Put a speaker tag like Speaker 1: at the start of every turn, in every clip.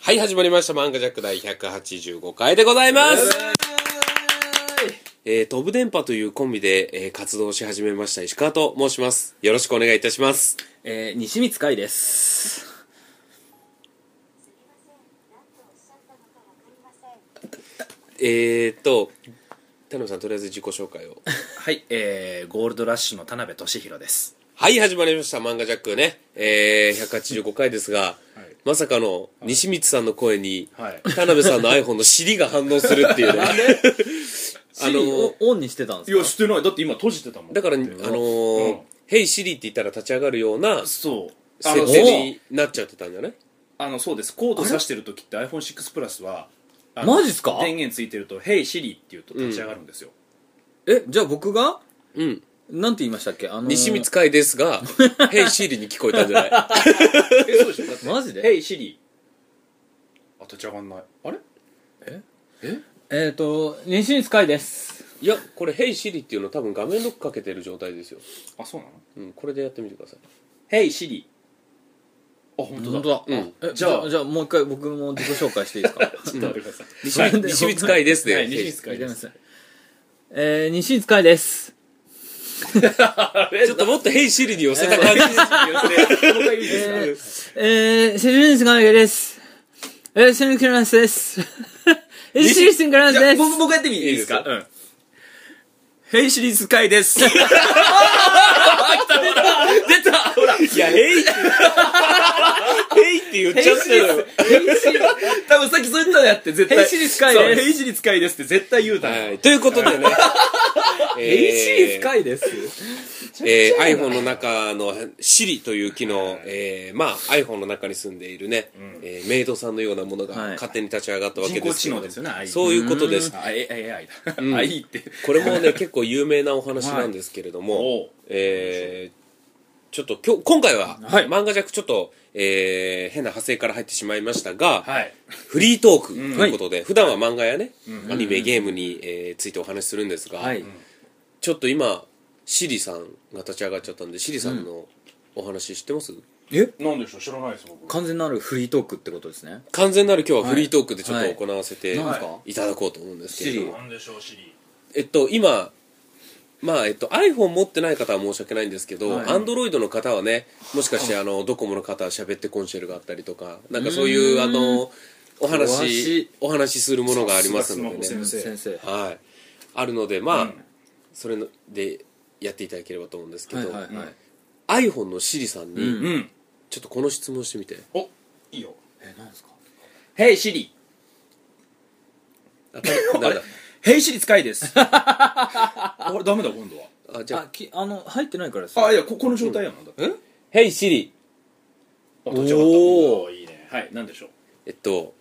Speaker 1: はい、始まりました。漫画ジャック第185回でございます。えー、飛ぶ電波というコンビで、えー活動し始めました石川と申します。よろしくお願いいたします。
Speaker 2: えー、西光海です
Speaker 1: えーっと、田辺さん、とりあえず自己紹 介を。
Speaker 2: はいえー、ゴールドラッシュの田辺俊弘です
Speaker 1: はい、始まりました。漫画ジャックね。えー、185回ですが、まさかの西光さんの声に、
Speaker 3: はい
Speaker 1: 田辺さんの iPhone の尻が反応するって いうね。 あ
Speaker 2: あ
Speaker 1: の
Speaker 2: のオンにしてたんで
Speaker 3: い
Speaker 2: す
Speaker 3: や
Speaker 2: か
Speaker 3: してないだって今閉じてたもん
Speaker 1: だから、あの
Speaker 3: うん
Speaker 1: ー、ヘイシリって言ったら立ち上がるような
Speaker 3: そうあの
Speaker 1: 設定になっちゃってたんじゃない
Speaker 3: あのそうですコード挿してる時って iPhone6 プラスはあの
Speaker 2: マジっすか
Speaker 3: 電源ついてると「Hey Siri」って言うと立ち上がるんですよ、
Speaker 2: えじゃあ僕が
Speaker 1: うん。
Speaker 2: なんて言いましたっけあのー
Speaker 1: 西光海ですが、ヘイシリに聞こえたんじゃない
Speaker 3: えそうでしょだ って
Speaker 2: マジで
Speaker 3: Hey Siri」あ立ち上がんないあれ
Speaker 2: えっ、ー、と西光海です
Speaker 1: いや、これヘイシリっていうの多分画面ロックかけてる状態ですよ。
Speaker 3: あそうなの
Speaker 1: うん、これでやってみてください。
Speaker 3: 「Hey Siri」あ本当だ
Speaker 2: 本当だ、
Speaker 1: うん
Speaker 2: えじ
Speaker 3: じ
Speaker 2: ゃ
Speaker 3: ゃあ
Speaker 2: あじゃあもう一回僕も自己紹介していいですか
Speaker 3: ちょっと待ってください、
Speaker 1: 西光西光海です
Speaker 3: は
Speaker 1: ね。
Speaker 3: い西光
Speaker 2: ありがとうございますえー、西光海です
Speaker 1: ちょっともっとヘイシリに寄せた感じ。
Speaker 2: えー、えー、セジュンスガメですえー、セミクランスですえー、シリスンクランスです
Speaker 3: 僕僕やってみていいですかうんヘイシリーズ会です
Speaker 1: いや、 ヘイって、ヘイって言っちゃってるよ。
Speaker 3: 多分さっきそう言ったのやって絶対
Speaker 2: ヘイシリ使いです
Speaker 3: そうヘイシリ使いですって絶対言うたのよ
Speaker 1: はい、ということでね。
Speaker 2: ヘイシリス
Speaker 1: イ
Speaker 2: カイです
Speaker 1: えー、iPhone の中の Siri という機能、えー、まあ iPhone の中に住んでいるね、えーメイドさんのようなものが
Speaker 2: はい
Speaker 1: 勝手に立ち上がったわけ
Speaker 3: 人
Speaker 1: で
Speaker 3: 工
Speaker 1: す
Speaker 3: 知
Speaker 1: けど
Speaker 3: 能ですよね AI
Speaker 1: そういうことです。
Speaker 3: あ A- AI だ、AI って
Speaker 1: これもね、 結構有名なお話なんですけれども、
Speaker 3: おう
Speaker 1: えーちょっと今日、今回は、
Speaker 2: はい
Speaker 1: 漫画弱ちょっと、えー変な派生から入ってしまいましたが、
Speaker 3: はい
Speaker 1: フリートークということで、普段は漫画やね、アニメ、ゲームに、えーついてお話しするんですが、
Speaker 2: はい
Speaker 1: ちょっと今、シリさんが立ち上がっちゃったんで、シリさんのお話知ってます、
Speaker 2: え
Speaker 3: なんでしょう知らないです僕
Speaker 2: 完全なるフリートークってことですね
Speaker 1: 完全なる今日はフリートークでちょっと行わせて
Speaker 2: はいなんすか
Speaker 1: いただこうと思うんですけれども、
Speaker 3: なんでしょうシリ
Speaker 1: えっと今まあえっと iPhone 持ってない方は申し訳ないんですけど、
Speaker 2: はい
Speaker 1: Android の方はねもしかしてあのドコモの方は喋ってコンシェルがあったりとかなんかそういうあのお
Speaker 2: 詳し
Speaker 1: 話
Speaker 2: い
Speaker 1: お話しするものがありますので
Speaker 3: さすがスマ
Speaker 1: ね
Speaker 3: ホ先生
Speaker 2: 先生
Speaker 1: はいあるのでまあ、
Speaker 3: うん
Speaker 1: それのでやっていただければと思うんですけ
Speaker 2: はい
Speaker 1: ど、
Speaker 2: はいはい
Speaker 1: iPhone の Siri さんに、
Speaker 2: うん
Speaker 3: うん
Speaker 1: ちょっとこの質問してみて
Speaker 3: おいいよ
Speaker 2: えなんですか
Speaker 3: ヘイシリ
Speaker 1: あた誰だ
Speaker 3: ヘイシリ使いです あれダメだ今度は
Speaker 1: あじゃ
Speaker 2: あ
Speaker 1: あ
Speaker 2: きあの入ってないからです
Speaker 3: あいやここの状態やもんだって
Speaker 1: 「Hey Siri
Speaker 3: あ立ち上がった
Speaker 2: お
Speaker 3: おーいいねはいなんでしょう」
Speaker 1: えっと、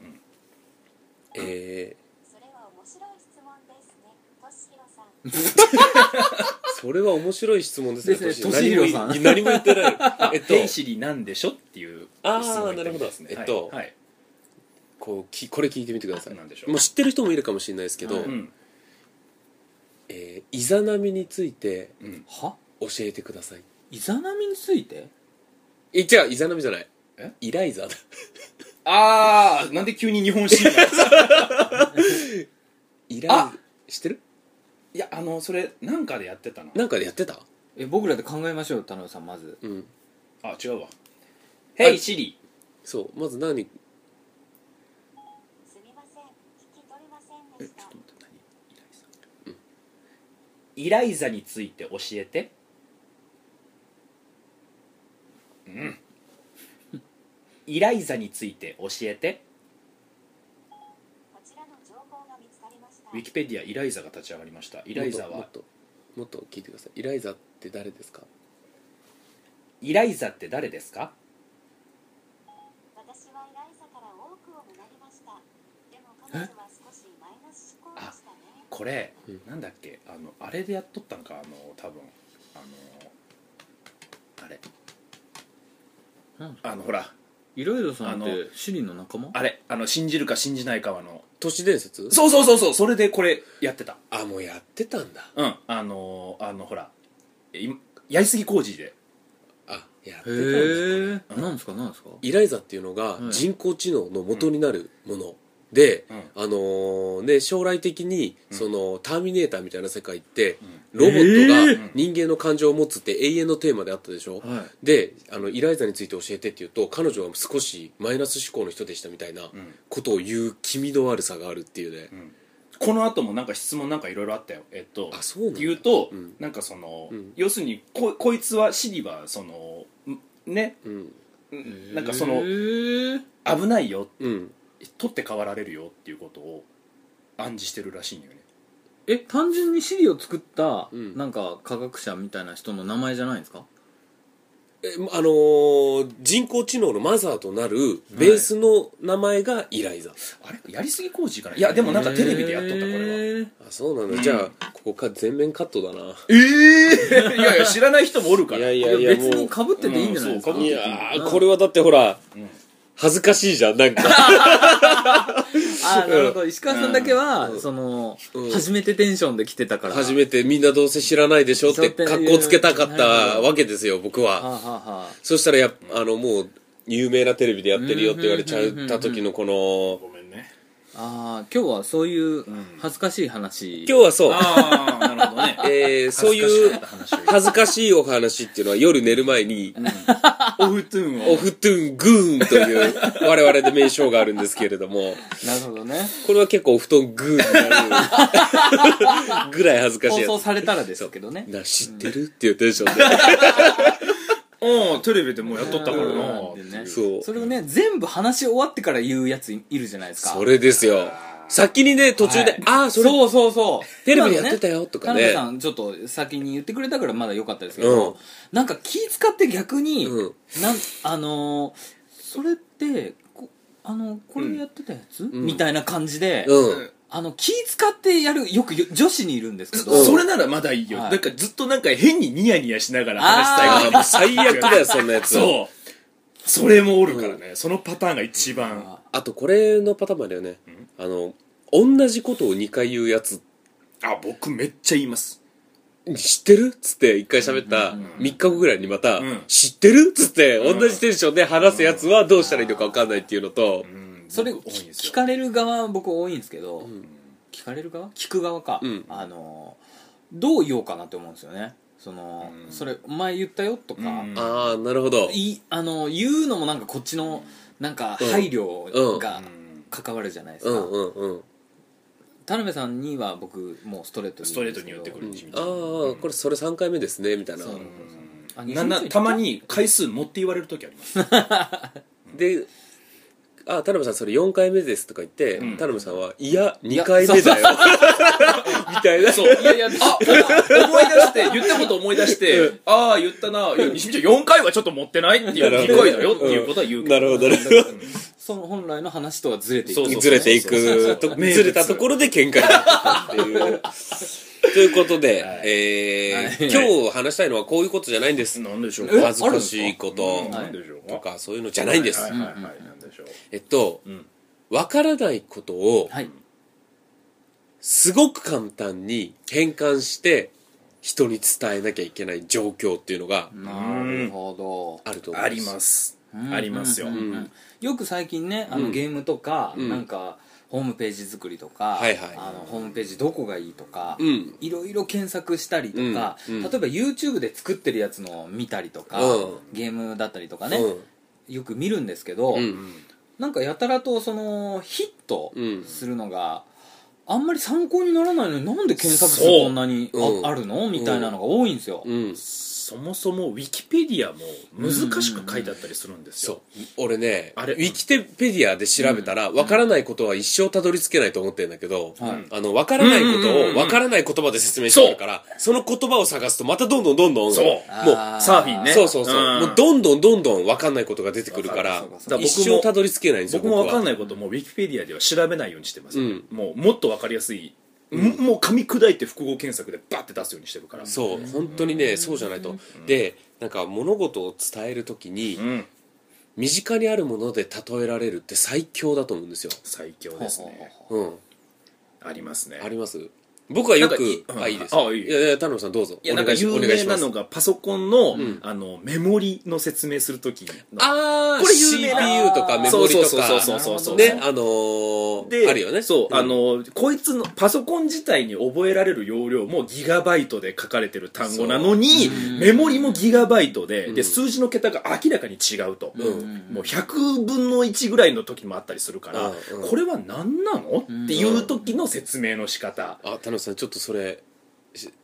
Speaker 1: え
Speaker 4: それは面白い質問ですね。としひろさん。
Speaker 1: ー、それは面白い質問ですね
Speaker 2: ですね
Speaker 1: トシ
Speaker 2: トシヒロさん
Speaker 1: 何も言って ない えっと
Speaker 3: ヘイシリなんでしょっていう
Speaker 1: あー
Speaker 3: 質問がいただいてますね
Speaker 1: なるほど
Speaker 3: はいはい
Speaker 1: こうきこれ聞いてみてください
Speaker 3: なんでしょう
Speaker 1: もう知ってる人もいるかもしれないですけど、
Speaker 2: はい
Speaker 3: うん
Speaker 1: えーイザナミについて
Speaker 3: うん
Speaker 2: は
Speaker 1: 教えてください
Speaker 2: イザナミについて
Speaker 1: え違うイザナミじゃない
Speaker 3: え
Speaker 1: イライザだ
Speaker 3: あーなんで急に日本シリ ーズ
Speaker 1: イラ
Speaker 3: あ
Speaker 1: イ知ってる
Speaker 3: いやあのそれなんかでやってたな
Speaker 1: なんかでやってた
Speaker 2: え僕らで考えましょう田辺さんまず
Speaker 1: うん
Speaker 3: あ違うわヘイシリ
Speaker 1: そうまず何
Speaker 4: すみません。聞き取れませんでした。
Speaker 3: イライザについて教えてうんイライザについて教えて
Speaker 4: こちらの情報が見つかりました。
Speaker 3: ウィキペディアイライザが立ち上がりましたイ
Speaker 1: イ
Speaker 3: ライザ
Speaker 1: もっと
Speaker 3: は
Speaker 1: もっともっと聞いてくださいイライザって誰ですか
Speaker 3: イライザって誰ですか
Speaker 4: 私はイライザから多くを学びました。でも彼女は少しマイナス思考でしたね。
Speaker 3: これ、
Speaker 1: うん
Speaker 3: なんだっけあのあれでやっとったんかあの多分あのあれ
Speaker 2: なん
Speaker 3: あのほら
Speaker 2: イライザさんっ
Speaker 3: あ
Speaker 2: てシリの仲間
Speaker 3: あれあの信じるか信じないかはの
Speaker 1: 都市伝説
Speaker 3: そうそうそうそうそれでこれやってた
Speaker 1: あもうやってたんだ
Speaker 3: うんあのあのほらいやりすぎ工事で
Speaker 1: あやってたんですよ
Speaker 2: へえ。なんですかなんですか
Speaker 1: イライザっていうのが
Speaker 2: はい
Speaker 1: 人工知能の元になるもので、
Speaker 3: うん
Speaker 1: あのーで将来的にその、ターミネーターみたいな世界って
Speaker 3: ん
Speaker 1: ロボット
Speaker 3: え
Speaker 1: が
Speaker 3: ー
Speaker 1: 人間の感情を持つって永遠のテーマであったでしょ、
Speaker 2: は
Speaker 1: であのイライザについて教えてって言うと彼女は少しマイナス思考の人でしたみたいな
Speaker 3: うん
Speaker 1: ことを言う気味の悪さがあるっていうね、
Speaker 3: うんこの後もなんか質問なんかいろいろあったよえっと
Speaker 1: あそうなんだ
Speaker 3: 言うと、
Speaker 1: うん
Speaker 3: なんかその、
Speaker 1: うん
Speaker 3: 要するにここいつはシリはそのんね
Speaker 1: うん
Speaker 3: ん
Speaker 2: い。
Speaker 3: なんかその
Speaker 2: へー
Speaker 3: 危ないよ
Speaker 1: うん
Speaker 3: 取って代わられるよっていうことを暗示してるらしいんよね
Speaker 2: え、単純にシリを作った、
Speaker 1: うん
Speaker 2: なんか科学者みたいな人の名前じゃないんですか
Speaker 1: えあのー人工知能のマザーとなるベースの名前がイライザ、
Speaker 3: あれやりすぎ工事かないやでもなんかテレビでやっとったこれは
Speaker 2: へー
Speaker 1: あそうなんだ、じゃあここか全面カットだな
Speaker 3: ええ いやいや知らない人もおるから
Speaker 1: いやいやいや
Speaker 2: 別にかぶってていいんじゃないですか、
Speaker 3: うんそう
Speaker 1: い
Speaker 3: 被っ
Speaker 1: やーこれはだってほら、
Speaker 3: ん
Speaker 1: 恥ずかしいじゃんなんか
Speaker 2: あーなるほど石川さんだけは、その、
Speaker 1: うん
Speaker 2: 初めてテンションで来てたから
Speaker 1: 初めてみんなどうせ知らないでしょって格好つけたかったわけですよ僕
Speaker 2: はあ、はあ
Speaker 1: は
Speaker 2: はあ、
Speaker 1: そしたらやっあのもう有名なテレビでやってるよって言われちゃ
Speaker 2: うんうんうんうん
Speaker 1: った時のこの
Speaker 3: ごめんね
Speaker 2: あー今日はそういう
Speaker 3: うん
Speaker 2: 恥ずかしい話、
Speaker 1: 今日はそう
Speaker 3: ああなるほどね
Speaker 1: えーそういう恥ずかしいお話っていうのは夜寝る前に
Speaker 3: オフトゥーン
Speaker 1: オフトゥーングーンという我々で名称があるんですけれども
Speaker 2: なるほどね
Speaker 1: これは結構お布団グーンになる ぐらい恥ずかし
Speaker 2: 放
Speaker 1: いやつ
Speaker 2: 送されたらですけどね
Speaker 1: な知ってるっていうテンションで
Speaker 3: うんテレビでもうやっとったからな
Speaker 2: うんでね
Speaker 1: そう
Speaker 2: それをね全部話し終わってから言うやついいるじゃないですか
Speaker 1: それですよ先にね途中
Speaker 2: は
Speaker 1: で、
Speaker 2: い
Speaker 1: ああそれ
Speaker 2: そうそうそう
Speaker 1: テレビでやってたよとかね
Speaker 2: 今の田辺さんちょっと先に言ってくれたからまだ良かったですけど、
Speaker 1: うん
Speaker 2: なんか気使って逆に、
Speaker 1: うん
Speaker 2: なんあのーそれってこあのこれやってたやつ、
Speaker 1: ん
Speaker 2: みたいな感じで、
Speaker 1: うん
Speaker 2: あの気使ってやるよくよ女子にいるんですけど、
Speaker 1: うん
Speaker 3: それならまだいいよ、
Speaker 2: はい
Speaker 3: なんかずっとなんか変にニヤニヤしながら話し
Speaker 1: あ
Speaker 3: たい
Speaker 1: ーもう最悪だよそんなやつ
Speaker 3: そうそれもおるからね、そのパターンが一番
Speaker 1: あとこれのパターンもあるよねあの同じことを2回言うやつ
Speaker 3: あ僕めっちゃ言います
Speaker 1: 知ってるっつって1回喋った
Speaker 3: ん
Speaker 1: 3日後ぐらいにまた、
Speaker 3: うん
Speaker 1: 知ってるっつって同じテンションで話すやつはどうしたらいいのか分かんないっていうのと、
Speaker 3: うん
Speaker 2: それ
Speaker 3: 僕多いんです
Speaker 2: 聞
Speaker 3: よ
Speaker 2: かれる側僕多いんですけど、
Speaker 1: ん
Speaker 2: 聞かれる側聞く側か、
Speaker 1: うん
Speaker 2: あのどう言おうかなって思うんですよねその、
Speaker 3: うん
Speaker 2: それお前言ったよとか、
Speaker 3: うん
Speaker 1: ああなるほど
Speaker 2: いあの言うのもなんかこっちのなんか
Speaker 1: うん
Speaker 2: 配慮が
Speaker 3: うん
Speaker 2: 関わるじゃないです
Speaker 1: う
Speaker 2: か、
Speaker 1: んうんうん
Speaker 2: 田辺さんには僕もうストレートに
Speaker 3: ストレートに言ってく
Speaker 1: う
Speaker 3: る
Speaker 1: ん
Speaker 3: しみ
Speaker 1: あ
Speaker 3: たいな
Speaker 1: あこれそれ3回目ですねみたいな
Speaker 2: そうあ
Speaker 3: なんな
Speaker 2: 20
Speaker 3: たまに回数持って言われる時あります
Speaker 1: で「あ田辺さんそれ4回目です」とか言って、
Speaker 3: うん
Speaker 1: 田辺さんはいや2回目だよ みたいな
Speaker 3: そういやいやあ 思い出して言ったこと思い出して、ああ言ったないや西見ちゃん4回はちょっと持ってないっていう理解だよっていうことは言うけど
Speaker 1: なるほどなるほど
Speaker 2: その本来の話とはずれてい
Speaker 3: そうそう
Speaker 1: ずれていくと
Speaker 3: 名物
Speaker 1: ずれたところで喧嘩になったっていう ということで、
Speaker 3: はい
Speaker 1: えー
Speaker 2: は
Speaker 1: 今日話したいのはこういうことじゃないんです
Speaker 3: なんでしょう
Speaker 2: え
Speaker 1: 恥ずかしいこと
Speaker 3: うんなんでしょう
Speaker 1: とかそういうのじゃないんです、
Speaker 3: はいはいはいはいなんでしょう
Speaker 1: えっと
Speaker 3: うん
Speaker 1: わからないことを
Speaker 2: はい
Speaker 1: すごく簡単に変換して人に伝えなきゃいけない状況っていうのが
Speaker 2: なるほ
Speaker 1: あると思うん
Speaker 3: あ
Speaker 1: です
Speaker 3: ります
Speaker 2: ど
Speaker 3: ありますよ
Speaker 2: うんうんうんよく最近ねあのゲームとか
Speaker 1: ん
Speaker 2: なんかホームページ作りとか
Speaker 1: はいはい
Speaker 2: あのホームページどこがいいとか
Speaker 1: うん
Speaker 2: いろいろ検索したりとか
Speaker 1: う
Speaker 2: 例え
Speaker 1: んうん
Speaker 2: ば YouTube で作ってるやつのを見たりとか
Speaker 1: うん
Speaker 2: ゲームだったりとかね
Speaker 1: うん
Speaker 2: よく見るんですけど
Speaker 1: うん
Speaker 2: なんかやたらとそのヒット
Speaker 1: うん
Speaker 2: するのがあんまり参考にならないのになんで検索数
Speaker 3: そう
Speaker 2: こんなにあ,、
Speaker 1: うん
Speaker 2: るのみたいなのが多いんですよ、
Speaker 1: うん
Speaker 3: そもそもウィキペディアも難しく書いてあったりするんです
Speaker 1: そう
Speaker 3: よ
Speaker 1: 俺ね
Speaker 3: あれ
Speaker 1: ウィキペディアで調べたらわからないことは一生たどり着けないと思ってるんだけど、
Speaker 2: はい
Speaker 1: あのわからないこ
Speaker 3: うんうんうんうん
Speaker 1: とをわからない言葉で説明してるからその言葉を探すとまたどんどんどんどん
Speaker 3: そう
Speaker 1: も
Speaker 2: あ
Speaker 3: サーフィンね
Speaker 1: そうそうそう、
Speaker 3: うん
Speaker 1: もうどんどんどんどんわかんないことが出てくるから
Speaker 2: わかる
Speaker 3: そうか
Speaker 1: 一生たどり着けないんですよ
Speaker 3: 僕も分かん
Speaker 1: ない
Speaker 3: ないこともウィキペディアでは調べないようにしてます、
Speaker 1: うん
Speaker 3: もうもっと分かりやすい、ももう噛み砕いて複合検索でバッて出すようにしてるから
Speaker 1: そう本当にねそうじゃないと、でなんか物事を伝えるときに、
Speaker 3: うん
Speaker 1: 身近にあるもので例えられるって最強だと思うんですよ、
Speaker 3: 最強です
Speaker 2: ほうほう
Speaker 3: ね
Speaker 1: うん、
Speaker 3: ありますね
Speaker 1: あります僕はよく
Speaker 3: なん
Speaker 1: あ
Speaker 3: かい
Speaker 1: いいです
Speaker 3: あいい
Speaker 1: やいや田野さんどうぞ
Speaker 3: いや
Speaker 1: お
Speaker 3: なんか
Speaker 1: 願いし
Speaker 3: 有
Speaker 1: お願い
Speaker 3: 名
Speaker 1: しま
Speaker 3: な
Speaker 1: す
Speaker 3: のがパソコンの,、
Speaker 1: ん
Speaker 3: あのメモリの説明するときの
Speaker 1: ああ
Speaker 3: これ有名な
Speaker 1: CPU とかメモリとか
Speaker 3: そうそうそうそうそう
Speaker 1: ねあのー、
Speaker 3: で
Speaker 1: あるよね
Speaker 3: そう、
Speaker 1: ん
Speaker 3: あのこいつのパソコン自体に覚えられる容量もギガバイトで書かれてる単語なのにメモリもギガバイトで,、で数字の桁が明らかに違うと、
Speaker 1: うん
Speaker 3: もう100分の1ぐらいの時もあったりするから、
Speaker 1: うんうん
Speaker 3: これは何なのっていう時の説明の仕方
Speaker 1: あ田野さんちょっとそれ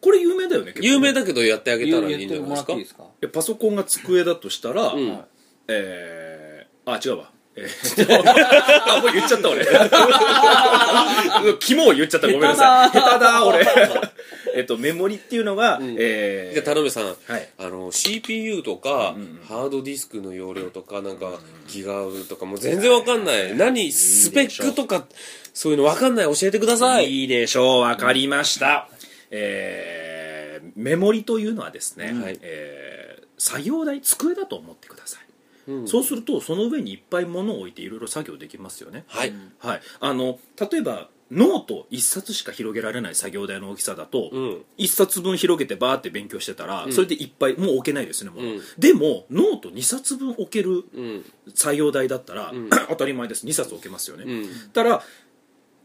Speaker 3: これ有名だよね結構ね
Speaker 1: 有名だけどやってあげたらいい
Speaker 2: 言
Speaker 1: ん
Speaker 2: っ
Speaker 1: じ
Speaker 2: て
Speaker 1: ゃな
Speaker 2: も
Speaker 1: いで
Speaker 2: ら
Speaker 1: す
Speaker 2: って
Speaker 1: か
Speaker 2: いいですか
Speaker 3: でパソコンが机だとしたら、
Speaker 1: うん
Speaker 3: えー、あ違うわえ ー、あもう言っちゃった俺肝を言っちゃったごめんなさい下手 だ俺 えっとメモリっていうのが、
Speaker 1: ん
Speaker 3: えー
Speaker 1: じゃあ田辺さん、
Speaker 3: はい
Speaker 1: あの CPU とか、
Speaker 3: んうん
Speaker 1: ハードディスクの容量とかなんか、ギガとかもう全然わかんない、何スペックとかそういうのわかんない教えてください
Speaker 3: いいでしょうわかりました、えーメモリというのはですね、
Speaker 1: はい
Speaker 3: えー作業台机だと思ってください、
Speaker 1: うん
Speaker 3: そうするとその上にいっぱい物を置いていろいろ作業できますよね
Speaker 1: はい、
Speaker 3: はい、あの例えばノート1冊しか広げられない作業台の大きさだと、
Speaker 1: うん
Speaker 3: 1冊分広げてバーって勉強してたら、それでいっぱいもう置けないですねもう、
Speaker 1: うん
Speaker 3: でもノート2冊分置ける
Speaker 1: うん
Speaker 3: 作業台だったら、
Speaker 1: ん
Speaker 3: 当たり前です2冊置けますよね、
Speaker 1: うん
Speaker 3: たら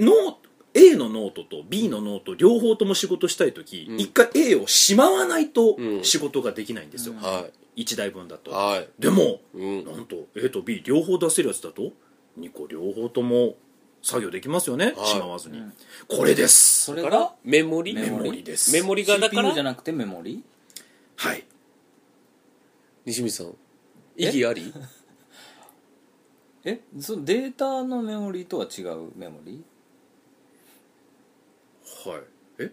Speaker 3: ノー A のノートと B のノート両方とも仕事したい時、
Speaker 1: うん
Speaker 3: 一回 A をしまわないと
Speaker 1: うん
Speaker 3: 仕事ができないんですよ、
Speaker 1: は
Speaker 3: 1台分だ
Speaker 1: い
Speaker 3: と、
Speaker 1: はい
Speaker 3: でも、
Speaker 1: うん
Speaker 3: なんと A と B 両方出せるやつだと2個両方とも作業できますよね、
Speaker 1: はい
Speaker 3: しまわずに、これです
Speaker 2: そ
Speaker 1: だ
Speaker 2: れ
Speaker 1: から
Speaker 2: が
Speaker 1: メモリ
Speaker 2: メモリ
Speaker 3: です
Speaker 1: メモリがだか
Speaker 2: CPU じゃ
Speaker 1: ら
Speaker 2: なくてメモリ
Speaker 3: はい
Speaker 1: 西水さん意義あり
Speaker 2: えそのデータのメモリとは違うメモリ
Speaker 3: はいえ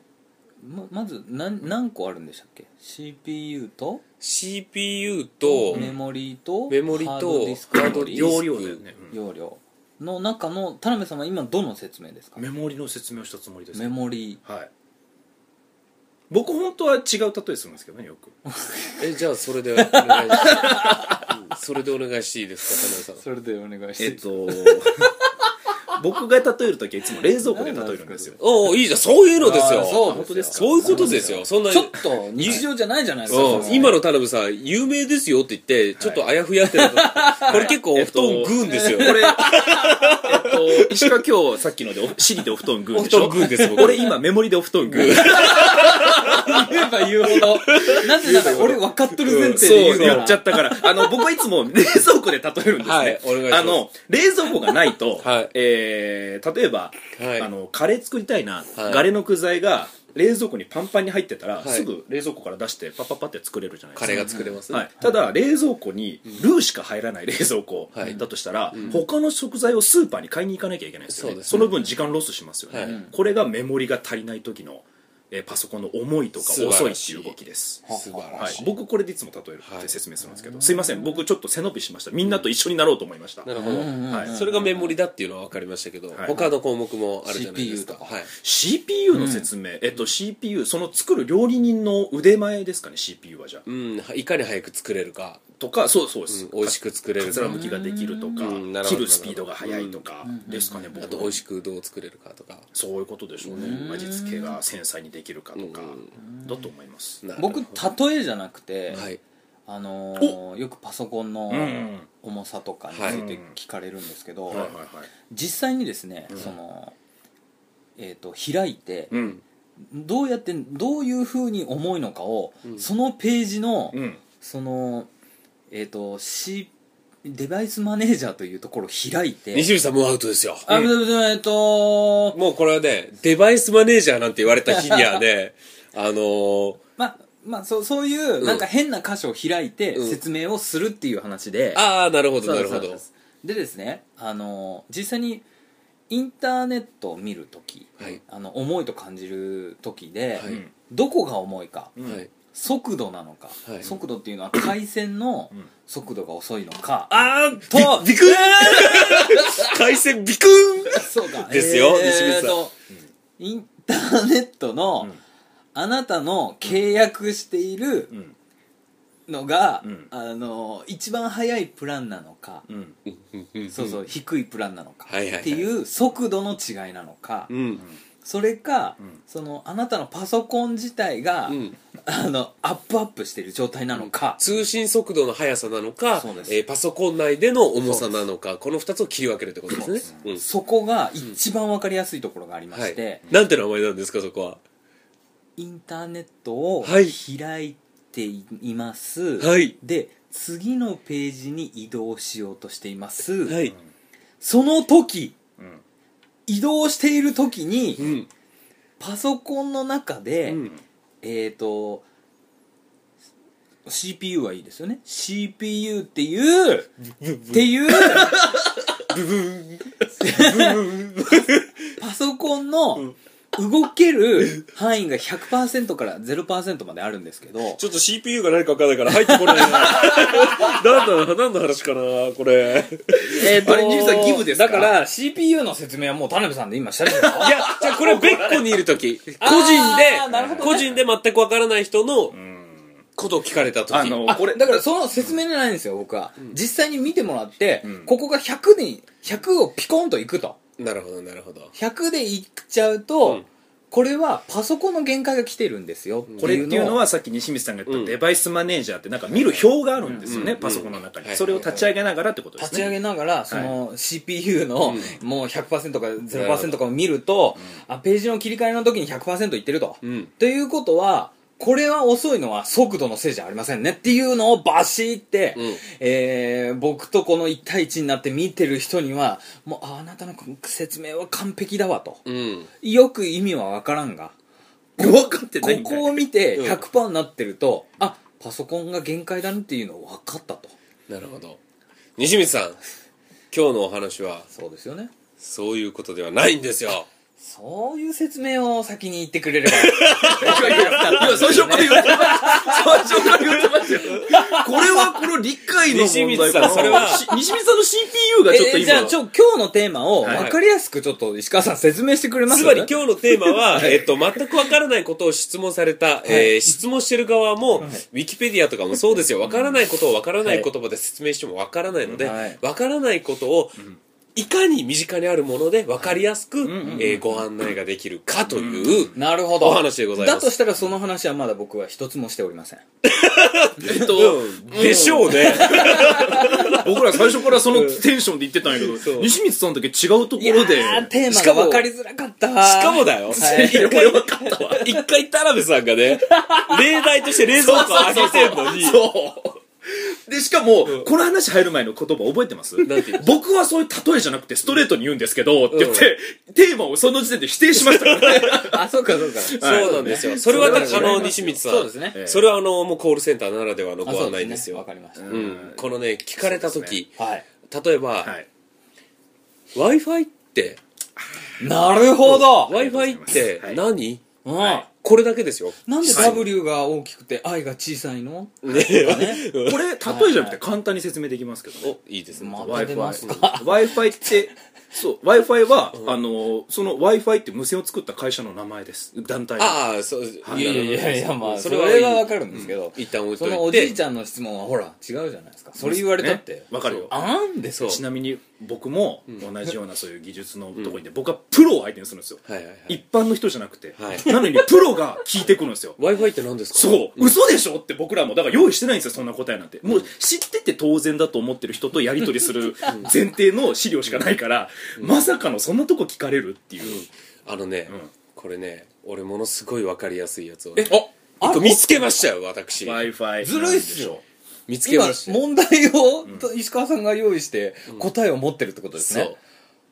Speaker 2: ままず何何個あるんでしたっけ CPU と
Speaker 1: CPU と
Speaker 2: メモリと
Speaker 1: メモリ
Speaker 2: ハード
Speaker 1: と
Speaker 2: ディスクメ
Speaker 1: ハード
Speaker 2: モ
Speaker 1: デ
Speaker 2: リ
Speaker 1: ィスク
Speaker 3: 容量だよね、うん
Speaker 2: 容量の中の田辺さんは今どの説明ですか
Speaker 3: メモリの説明をしたつもりです
Speaker 2: メモリ
Speaker 3: はい僕本当は違う例えするんですけどねよく
Speaker 1: えじゃあそれでお願いしますそれでお願いしていいですか田辺さん
Speaker 2: それでお願い
Speaker 3: えっと 僕が例える時はいつも冷蔵庫で例えるんで すよ
Speaker 1: おおいいじゃんそういうのですよ
Speaker 2: あーそう
Speaker 3: 本当ですか
Speaker 1: そういうことですよそんな
Speaker 2: ちょっと日常じゃないじゃないですか
Speaker 1: うん、今の田辺さん有名ですよって言ってちょっとあやふやってる、これ結構お布団グーンですよ、
Speaker 3: これ、えっと、石川今日さっきのでお尻でお布団グーでしょ
Speaker 1: お布団グーです僕
Speaker 3: 俺今メモリでお布団グー
Speaker 2: 言えば言うほど なぜなら俺分かってる前提で言
Speaker 3: そうう
Speaker 2: から
Speaker 3: 言っちゃっ たからあの僕はいつも冷蔵庫で例えるんですね、
Speaker 1: はいお願いします
Speaker 3: あの冷蔵庫がないと、
Speaker 1: はい
Speaker 3: えー例えば、
Speaker 1: はい
Speaker 3: あのカレー作りたいな、
Speaker 1: はい
Speaker 3: ガレの具材が冷蔵庫にパンパンに入ってたら、
Speaker 1: い
Speaker 3: すぐ冷蔵庫から出してパッパッパって作れるじゃないです
Speaker 1: カ
Speaker 3: か
Speaker 1: レーが作れます、
Speaker 3: はい、ただ冷蔵庫にルーしか入らない 冷蔵庫
Speaker 1: はい
Speaker 3: だとしたら、他の食材をスーパーに買いに行かなきゃいけないですよね
Speaker 1: そう
Speaker 3: そ
Speaker 1: ですね
Speaker 3: の分時間ロスしますよね、
Speaker 1: はい
Speaker 3: これがメモリが足りない時の、えーパソコンの重いとか
Speaker 1: 素晴らしい
Speaker 3: 遅いっていう動きです
Speaker 1: 素晴ら
Speaker 3: はい
Speaker 1: し、
Speaker 3: 僕これでいつも例えるっ
Speaker 1: は
Speaker 3: て
Speaker 1: い
Speaker 3: 説明するんですけど、すいません僕ちょっと背伸びしましたみんなと一緒になろうと思いました、
Speaker 1: い、なるほど、
Speaker 3: はい
Speaker 1: それがメモリだっていうのは分かりましたけど、
Speaker 3: はい
Speaker 1: 他の項目もあるじゃないですか、
Speaker 2: CPU と
Speaker 1: はい、
Speaker 3: CPU の説明、えっと CPU その作る料理人の腕前ですかね CPU はじゃあ
Speaker 1: うんいかに早く作れるか、
Speaker 3: とかそうそうです、
Speaker 1: うん美味しく作れ
Speaker 3: か
Speaker 1: る
Speaker 3: つ
Speaker 1: から
Speaker 3: むきができるとか、
Speaker 1: うんなるほど
Speaker 3: 切るスピードが速いとかですかね、僕
Speaker 1: あ
Speaker 3: は
Speaker 1: と美味しくどう作れるかとか
Speaker 3: そういうことでしょうね、味付けが繊細にできるかとかだと思います、
Speaker 1: なるほ
Speaker 2: 僕
Speaker 1: ど
Speaker 2: 例えじゃなくて、
Speaker 1: はい
Speaker 2: あのーよくパソコンの
Speaker 3: ん
Speaker 2: 重さとかについて聞かれるんですけど、
Speaker 3: はいはいはい
Speaker 2: 実際にですね、そのえー、と開いて、
Speaker 3: うん
Speaker 2: どうやってどういうふうに重いのかを、そのページの、
Speaker 3: うん
Speaker 2: そのえっ、と、C、デバイスマネージャーというところを開いて
Speaker 1: 西口さんもうアウトですよ
Speaker 2: あ、ぶぶぶえっと
Speaker 1: もうこれはねデバイスマネージャーなんて言われた日にはねあのー
Speaker 2: まあまあそうそういうなんか変な箇所を開いて
Speaker 1: うん
Speaker 2: 説明をするっていう話で、
Speaker 1: ああなるほど
Speaker 2: そう
Speaker 1: な
Speaker 2: で
Speaker 1: る
Speaker 2: す
Speaker 1: ほ
Speaker 2: そう
Speaker 1: ど
Speaker 2: ですでですねあの実際にインターネットを見るとき、
Speaker 1: はい
Speaker 2: あの重いと感じるときで、
Speaker 1: は
Speaker 3: うん
Speaker 2: どこが重いか、
Speaker 3: うん
Speaker 1: はい
Speaker 2: 速度なのか、
Speaker 1: はい
Speaker 2: 速度っていうのは回線の
Speaker 3: ん
Speaker 2: 速度が遅いのか、
Speaker 1: あー とビクン回線ビクン
Speaker 2: そうか
Speaker 1: ですよ
Speaker 2: えー
Speaker 1: 西光さん
Speaker 2: とインターネットの、
Speaker 3: うん
Speaker 2: あなたの契約している
Speaker 3: うん
Speaker 2: のが、
Speaker 3: うん
Speaker 2: あの一番速いプランなのか、
Speaker 3: うん
Speaker 2: そうそう低いプランなのか、
Speaker 1: はいはいはい
Speaker 2: っていう速度の違いなのか、
Speaker 1: うん
Speaker 2: それか、
Speaker 3: ん
Speaker 2: そのあなたのパソコン自体が、
Speaker 1: うん
Speaker 2: あのアップアップしてる状態なのか、
Speaker 1: 通信速度の速さなのか
Speaker 2: そうで、す
Speaker 1: えーパソコン内での重さなのかこの2つを切り分けるってことですねうん
Speaker 2: そこが一番わかりやすいところがありま
Speaker 1: は
Speaker 2: して、
Speaker 1: い、なんて名前なんですかそこは
Speaker 2: インターネットを
Speaker 1: はい
Speaker 2: 開いています、
Speaker 1: はい
Speaker 2: で次のページに移動しようとしています、
Speaker 1: はい、
Speaker 2: その時
Speaker 3: うん
Speaker 2: 移動している時に、
Speaker 1: うん
Speaker 2: パソコンの中
Speaker 1: う
Speaker 2: で、
Speaker 1: ん、
Speaker 2: えっ、と CPU はいいですよね CPU っていうっていうパソコンの動ける範囲が100%から0%まであるんですけど
Speaker 1: ちょっと CPU が何か分かんないから入ってこ ないななんだ何の話かなこれ
Speaker 2: え
Speaker 3: あれニュースは義務ですか
Speaker 2: だから CPU の説明はもう田辺さんで今したでしょ
Speaker 1: いや、じゃあこれ別個にいるとき。個人
Speaker 2: あーなるほ
Speaker 1: で、
Speaker 2: どね
Speaker 1: 個人で全くわからない人の
Speaker 3: うん
Speaker 1: ことを聞かれたとき。
Speaker 3: あのこれ
Speaker 2: だからその説明じゃないんですよ僕は、実際に見てもらって、
Speaker 3: うん
Speaker 2: ここが100に100をピコンといくと
Speaker 1: なるほど、なるほど。
Speaker 2: 100でいっちゃうと、
Speaker 1: うん
Speaker 2: これはパソコンの限界が来てるんですよ、
Speaker 3: これっていうの
Speaker 2: は
Speaker 3: はさっき西光さんが言
Speaker 1: う
Speaker 3: っ
Speaker 1: ん
Speaker 3: たデバイスマネージャーってなんか見る表があるんですよね、
Speaker 1: うん
Speaker 3: パソコンの中に、
Speaker 1: はい
Speaker 3: それを立ち上げながらってことです
Speaker 2: 立
Speaker 3: ね
Speaker 2: ち上げながらその CPU のもう100%か0%かを見ると、あページの切り替えの時に100%いってると、
Speaker 1: うん。
Speaker 2: ということはこれは遅いのは速度のせいじゃありませんねっていうのをバシって、
Speaker 1: うん
Speaker 2: えー僕とこの1対1になって見てる人にはもうああなたの説明は完璧だわと
Speaker 1: うん。
Speaker 2: よく意味は分からんが
Speaker 3: 分かって
Speaker 2: こ
Speaker 3: んだよ
Speaker 2: こを見て
Speaker 1: うん
Speaker 2: 100%になってると、あパソコンが限界だねっていうのを分かったと
Speaker 1: なるほど。西光さん、今日のお話は、
Speaker 2: そうですよね
Speaker 1: そういうことではないんですよ。
Speaker 2: そういう説明を先に言ってくれれば
Speaker 3: いやいやいや最初から言ってました最初から言ってましたよこれはこの理解の
Speaker 1: 西
Speaker 3: 問
Speaker 1: 光
Speaker 3: 題
Speaker 1: さ
Speaker 3: か
Speaker 1: ん
Speaker 3: な
Speaker 1: それ は
Speaker 3: し西光さんの CPU がちょっと
Speaker 2: え
Speaker 3: 今
Speaker 2: じゃあちょ今日のテーマを
Speaker 3: はい
Speaker 2: 分かりやすくちょっと石川さん説明してくれます
Speaker 1: つ まり今日のテーマ は、えっと、全くわからないことを質問された、えー質問してる側も、ウィキペディアとかもそうですよ。わからないことをわからない言葉で説明してもわからないので
Speaker 2: はい、
Speaker 1: わからないことを、いかに身近にあるものでわかりやすく、
Speaker 3: ん
Speaker 1: えーご案内ができるかという、
Speaker 2: なるほど
Speaker 1: お話でございます
Speaker 2: だとしたらその話はまだ僕は一つもしておりません
Speaker 3: えっと、
Speaker 1: でしょうね。
Speaker 3: 僕ら最初からそのテンションで言ってたんやけど、西光さんだけ違うところで
Speaker 2: やーテー
Speaker 1: しか
Speaker 2: マが
Speaker 1: も
Speaker 2: 分かりづらかったし
Speaker 1: しかもだよ。
Speaker 2: はい
Speaker 1: 一回、一回田辺さんがね、例題として冷蔵庫を開けてんのに、
Speaker 3: そうでしかも、この話入る前の言葉覚えてます
Speaker 1: なんて言う
Speaker 3: 僕はそういう例えじゃなくてストレートに言うんですけどって言って、テーマをその時点で否定しましたからね
Speaker 2: あそうかそうか
Speaker 3: はい
Speaker 1: そうなんですよ。それは
Speaker 2: それは違
Speaker 1: あの
Speaker 2: います
Speaker 1: 西
Speaker 2: よ
Speaker 1: 光さん。
Speaker 2: そうですね
Speaker 1: ええそれはあのもうコールセンターならではの
Speaker 2: あ
Speaker 1: ご
Speaker 2: そう
Speaker 1: 案内です
Speaker 2: ね
Speaker 1: よ
Speaker 2: 分。かりました、
Speaker 1: う
Speaker 3: うん
Speaker 1: ん、このね聞かれた時、
Speaker 2: はい
Speaker 1: 例えば、
Speaker 3: はい
Speaker 1: w i f i って
Speaker 2: なるほど、
Speaker 1: w i f i って
Speaker 3: はい
Speaker 1: 何、
Speaker 2: うん
Speaker 3: はい
Speaker 1: これだ けですよ。
Speaker 2: なんで W が大きくて I が小さいの、
Speaker 3: これ例えじゃなくて簡単に説明できますけどね
Speaker 1: おいいですね。
Speaker 2: まあ
Speaker 3: w i
Speaker 2: 立
Speaker 3: f
Speaker 2: て
Speaker 3: i
Speaker 2: ます
Speaker 3: w i f i ってそう w i f i は、あのその w i f i って無線を作った会社の名前です団体の
Speaker 1: ああそう
Speaker 3: はい
Speaker 2: いやいやいやいやまあそれは
Speaker 1: それは
Speaker 2: 分かるんですけど、
Speaker 1: 一旦置いと
Speaker 2: そ
Speaker 1: いて。
Speaker 2: のおじいちゃんの質問はほら違うじゃないですかそれ言われたって、
Speaker 3: ねわかるよ
Speaker 2: あんでそう
Speaker 3: ちなみに僕も同じようなそういう技術のとこにで、僕はプロを相手にするんですよ、
Speaker 1: はいはいはい
Speaker 3: 一。般の人じゃなくて、
Speaker 1: はい
Speaker 3: なのにプロが聞いてくるんですよ
Speaker 1: w i f i って何ですか。
Speaker 3: そう、嘘でしょって僕らもだから用意してないんですよそんな答えなんてもう知ってて当然だと思ってる人とやり取りする前提の資料しかないから、まさかのそんなとこ聞かれるっていう、
Speaker 1: あのね、
Speaker 3: ん
Speaker 1: これね俺ものすごいわかりやすいやつをね、
Speaker 2: あ
Speaker 1: 一個見つけましたよ私
Speaker 3: w i f i
Speaker 2: ずるいっすよ
Speaker 1: 見つけ
Speaker 2: 今
Speaker 1: ました
Speaker 2: 問題を石川さんが用意して答えを持ってるってことですね、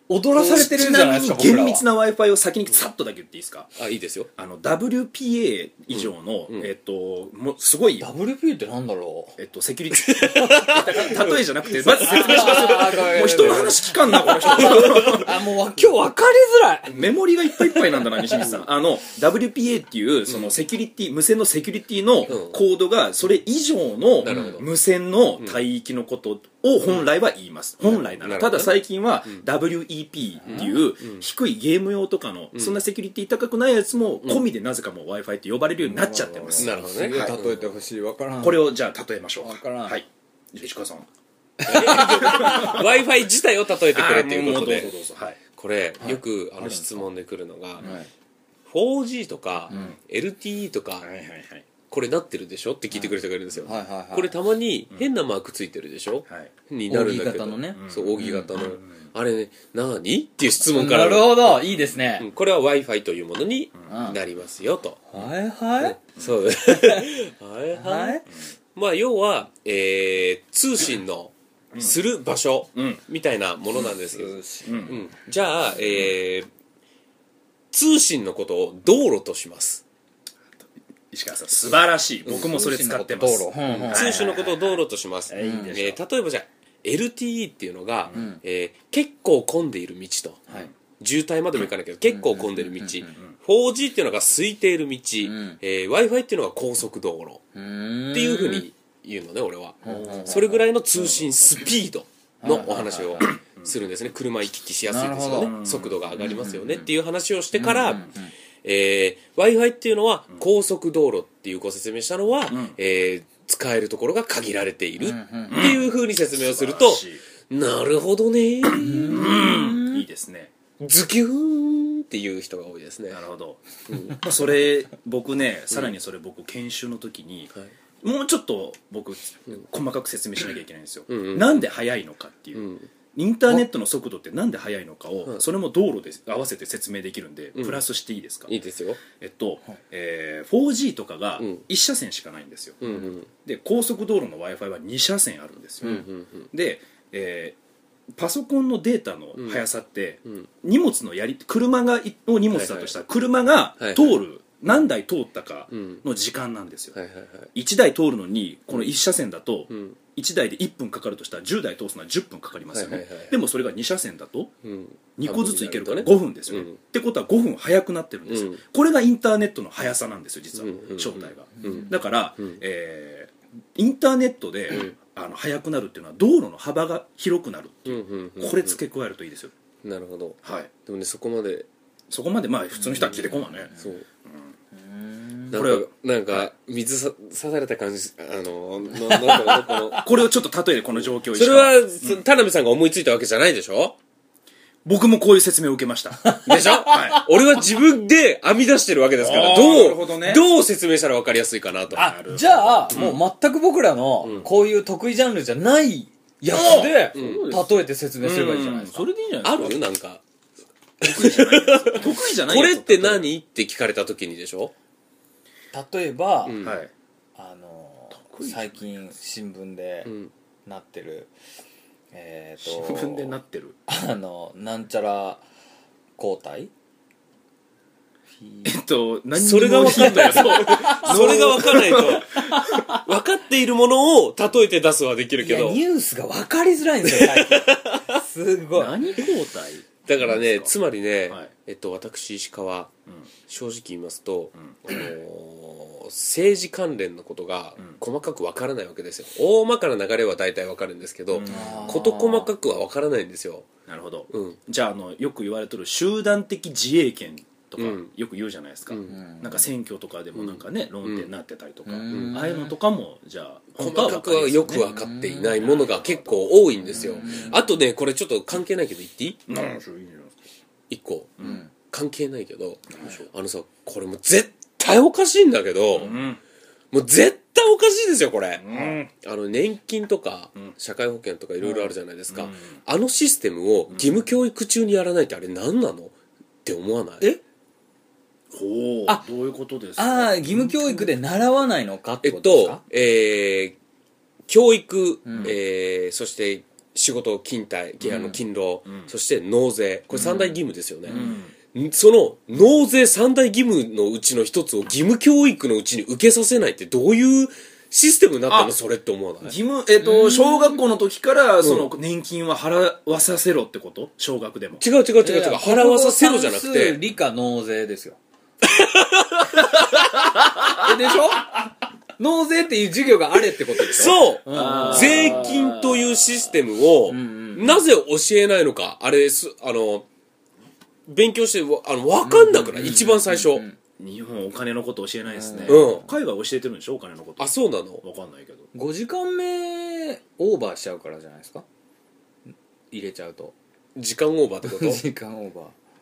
Speaker 2: 踊らされてるんじゃないですか僕
Speaker 3: ちなみに
Speaker 2: ら
Speaker 3: 厳
Speaker 2: は
Speaker 3: 密な w i f i を先にさっとだけ言っていいですか
Speaker 1: あいいですよ
Speaker 3: あの WPA 以上の、
Speaker 1: ん
Speaker 3: えっともうすごい
Speaker 2: WP ってなんだろう
Speaker 3: えっと、セキュリティ例えじゃなくてま ず説明しますよ
Speaker 2: あーごめん
Speaker 3: もう人の話聞かんなこの人
Speaker 2: あもうわ今日分かりづらい
Speaker 3: メモリがいっぱいいっぱいな んだな西光さんあの WPA っていうそのセキュリティ無線のセキュリティ
Speaker 1: う
Speaker 3: の
Speaker 1: ん
Speaker 3: コードがそれ以上の
Speaker 1: なるほど
Speaker 3: 無線の帯域のことを本来は言います本来な
Speaker 1: なるほ
Speaker 3: らた
Speaker 1: ど
Speaker 3: だ最近は WEP っていう低いゲーム用とかのそんなセキュリティ高くないやつも込みでなぜかもう w i f i って呼ばれるようになっちゃってます
Speaker 1: なるほどね
Speaker 2: すげえ
Speaker 1: はい
Speaker 2: 例えてほしい分からん
Speaker 3: これをじゃあ例えましょう
Speaker 2: わからん
Speaker 3: はい石川さん
Speaker 1: w i f i 自体を例えてくれっていうこと
Speaker 3: あーも
Speaker 1: で
Speaker 3: うどうぞどうぞはい
Speaker 1: これよくあの質問で来るのが、 4G とか、
Speaker 3: うん
Speaker 1: LTE とか
Speaker 3: はいはいはい
Speaker 1: これなってるでしょって聞いてくる人がいるんですよ、
Speaker 5: はいはいはい。
Speaker 1: これたまに変なマークついてるでしょ、
Speaker 3: はい
Speaker 1: になるんだけど
Speaker 5: 扇形のね
Speaker 1: そう扇形の、
Speaker 3: うん
Speaker 1: あれね何っていう質問か
Speaker 5: な
Speaker 1: ら
Speaker 5: るほど、いいですね。
Speaker 1: うんこれは w i f i というものに
Speaker 5: うん
Speaker 1: なりますよと、
Speaker 5: はいはい。
Speaker 1: そう はいはい、
Speaker 5: はい。
Speaker 1: まあ要は、えー通信のする場所
Speaker 3: うん
Speaker 1: みたいなものなんですけど、
Speaker 3: う
Speaker 1: うんん、じゃあ、えー通信のことを道路とします
Speaker 3: 石川さん素晴らしい僕もそれ使ってます
Speaker 5: 道路。うんうん
Speaker 1: 通信のことを道路とします、
Speaker 3: はいいいでしょう
Speaker 1: えー例えばじゃあ LTE っていうのが、
Speaker 5: ん
Speaker 1: えー結構混んでいる道と、
Speaker 5: はい
Speaker 1: 渋滞までも行かないけど結構混んでる道、4G っていうのが空いている道、
Speaker 5: ん
Speaker 1: え w i f i っていうのが高速道路
Speaker 5: っ
Speaker 1: っていうふう。に言うのね俺は、
Speaker 5: うん
Speaker 1: それぐらいの通信スピードのお話をするんですね車行き来しやすいです
Speaker 5: なる
Speaker 1: よ
Speaker 5: ほ
Speaker 1: ね速度が上がりますよねっていう話をしてか
Speaker 5: う
Speaker 1: ら
Speaker 5: んうんうん、
Speaker 1: え w i f i っていうのは高速道路っていうご説明したのは、
Speaker 3: ん
Speaker 1: えー使えるところが限られているっ
Speaker 5: うん
Speaker 1: ていうふうに説明をすると、
Speaker 3: 素晴らし
Speaker 1: なるほどねー
Speaker 3: いいいですね
Speaker 1: ズキューンっていう人が多いですね
Speaker 3: なるほどそれ僕ねさらにそれ僕研修の時に
Speaker 1: はい
Speaker 3: もうちょっと僕細かく説明しなきゃいけないんですよ
Speaker 1: んうん
Speaker 3: なんで速いのかっていううんインターネットの速度ってなんで速いのかをそれも道路で合わせて説明できるんで
Speaker 1: ん
Speaker 3: プラスしていいですか
Speaker 1: いいですよ
Speaker 3: えっと、えー 4G とかが
Speaker 1: うん
Speaker 3: 1車線しかないんですよ、
Speaker 1: うんうん
Speaker 3: で高速道路の w i f i は2車線あるんですよ、
Speaker 1: うんうん
Speaker 3: で、えーパソコンのデータの速さって、
Speaker 1: うんうん
Speaker 3: 荷物のやり車がの荷物だとしたら車が
Speaker 1: はいはい
Speaker 3: 通る何台通ったか
Speaker 1: うん
Speaker 3: の時間なんですよ、
Speaker 1: はいはいはい
Speaker 3: 1台通るのにこの1車線だと
Speaker 1: ん
Speaker 3: 1台で1分かかるとしたら10台通すのは10分かかりますよね、
Speaker 1: はいはいはい
Speaker 3: でもそれが2車線だと
Speaker 1: うん
Speaker 3: 2個ずついけるから
Speaker 1: 半分
Speaker 3: 5分ですよね、
Speaker 1: うん
Speaker 3: ってことは5分早くなってるんですよ、
Speaker 1: うん
Speaker 3: これがインターネットの速さなんですよ実は、
Speaker 1: うんうんうん
Speaker 3: 正体が、
Speaker 1: うん
Speaker 3: だから、
Speaker 1: うん
Speaker 3: えーインターネットで、
Speaker 1: うん
Speaker 3: あの速くなるっていうのは道路の幅が広くなるって
Speaker 1: に
Speaker 3: い
Speaker 1: な
Speaker 3: う、
Speaker 1: るとねうんうんうん
Speaker 3: これ付け加えるといいですよ、
Speaker 1: なるほど
Speaker 3: はい
Speaker 1: でもねそこまで
Speaker 3: そこまでまあ普通の人は聞いてこんわね、
Speaker 1: そう
Speaker 5: うん
Speaker 1: なん
Speaker 3: これは
Speaker 1: かなんか水さ刺された感じあ のななんだろうねこ
Speaker 3: これをちょっと例えでこの状況
Speaker 1: の
Speaker 3: に
Speaker 1: それはそ田辺さんが思いついたわけじゃないでしょ
Speaker 3: 僕もこういう説明を受けました
Speaker 1: でしょ
Speaker 3: は
Speaker 1: 俺は自分で編み出してるわけですから
Speaker 3: あーなる
Speaker 1: ど
Speaker 3: ほど
Speaker 1: う
Speaker 3: ね
Speaker 1: どう説明したら分かりやすいかなと
Speaker 5: あ、じゃあ、もう全く僕らの
Speaker 1: ん、
Speaker 5: こういう得意ジャンルじゃないやつで、例えて説明すればいいじゃないですか。
Speaker 3: それでいいんじゃ
Speaker 1: あ
Speaker 3: ない
Speaker 1: る
Speaker 3: ですか
Speaker 1: なんか
Speaker 3: 得意じゃない
Speaker 1: こ
Speaker 3: や
Speaker 1: れ
Speaker 3: つ
Speaker 1: って何って聞かれた時にでしょ
Speaker 5: 例えば、
Speaker 1: うん
Speaker 3: はい
Speaker 5: あのー
Speaker 3: 得意じゃない
Speaker 5: 最近新聞で
Speaker 1: うん
Speaker 5: なってる、えっ、
Speaker 3: 新
Speaker 5: と
Speaker 3: 聞でなってる
Speaker 5: あのなんちゃら交代
Speaker 3: えっと何にも
Speaker 1: それが分かんない
Speaker 3: ヒント が
Speaker 1: それが分かん ないと分かっているものを例えて出すはできる
Speaker 5: い
Speaker 1: け
Speaker 5: や
Speaker 1: ど
Speaker 5: ニュースが分かりづらいんですよ最近すごい
Speaker 3: 何交代
Speaker 1: だからね
Speaker 3: 何です
Speaker 1: つまりね
Speaker 3: はい
Speaker 1: えっと私石川
Speaker 3: うん
Speaker 1: 正直言いますと、あのー政治関連のことが
Speaker 3: うん
Speaker 1: 細かくわからないわけですよ大まかな流れは大体わかるんですけど、
Speaker 3: うん
Speaker 1: 事細かくはわからないんですよ
Speaker 3: なるほど、
Speaker 1: うん
Speaker 3: じゃああのよく言われてる集団的自衛権とか、
Speaker 1: うん
Speaker 3: よく言うじゃないですか、
Speaker 5: ん
Speaker 3: なんか選挙とかでもなんかね、論点になってたりとか、
Speaker 5: うん
Speaker 3: ああいうのとかもじゃあ
Speaker 1: 細
Speaker 3: 本当
Speaker 1: かくはよく分かっていないものが結構多いんですよあとねこれちょっと関係ないけど言っていい
Speaker 3: 分かりやすいねうん
Speaker 1: 一個
Speaker 5: うん
Speaker 1: 関係ないけどあのさこれもう絶対おかしいんだけど、もう絶対おかしいですよこれ、
Speaker 3: うん
Speaker 1: あの年金とか
Speaker 3: ん
Speaker 1: 社会保険とかいろいろあるじゃないですか、
Speaker 3: うん
Speaker 1: あのシステムを義務教育中にやらないってあれ何なのって思わない
Speaker 5: え
Speaker 3: ほう
Speaker 5: あ
Speaker 3: どういうことです
Speaker 5: あ
Speaker 3: か
Speaker 5: あ義務教育で習わないのかって
Speaker 1: え
Speaker 5: こ
Speaker 1: っ
Speaker 5: とです
Speaker 1: と
Speaker 5: か、
Speaker 1: えー教育、
Speaker 5: ん
Speaker 1: えーそして仕事勤怠あの勤労、
Speaker 3: ん
Speaker 1: そして納税これ三大義務ですよね、
Speaker 3: ん
Speaker 1: その納税三大義務のうちの一つを義務教育のうちに受けさせないってどういうシステムになったの
Speaker 3: あ
Speaker 1: それって思わない
Speaker 3: 義務えっ、と小学校の時からその年金は払わさせろってこと小学でも
Speaker 1: 違う違う違う違う払わさせろじゃなく
Speaker 5: 国語算
Speaker 1: て
Speaker 5: 数理科納税ですよ えでしょ納税っていう授業があれってことでしょ
Speaker 1: そう
Speaker 5: あー
Speaker 1: 税金というシステムを、なぜ教えないのか。あれ、す、あの、勉強してわ、あの、わかんなくない一番最初。
Speaker 5: ん
Speaker 3: 日本お金のこと教えないですね、
Speaker 1: うん
Speaker 3: 海外教えてるんでしょお金のこと
Speaker 1: あ、そうなの
Speaker 3: わかんないけど
Speaker 5: 5時間目オーバーしちゃうからじゃないですか入れちゃうと
Speaker 1: 時間オーバーってこ
Speaker 5: 5
Speaker 1: と
Speaker 5: 時間オーバ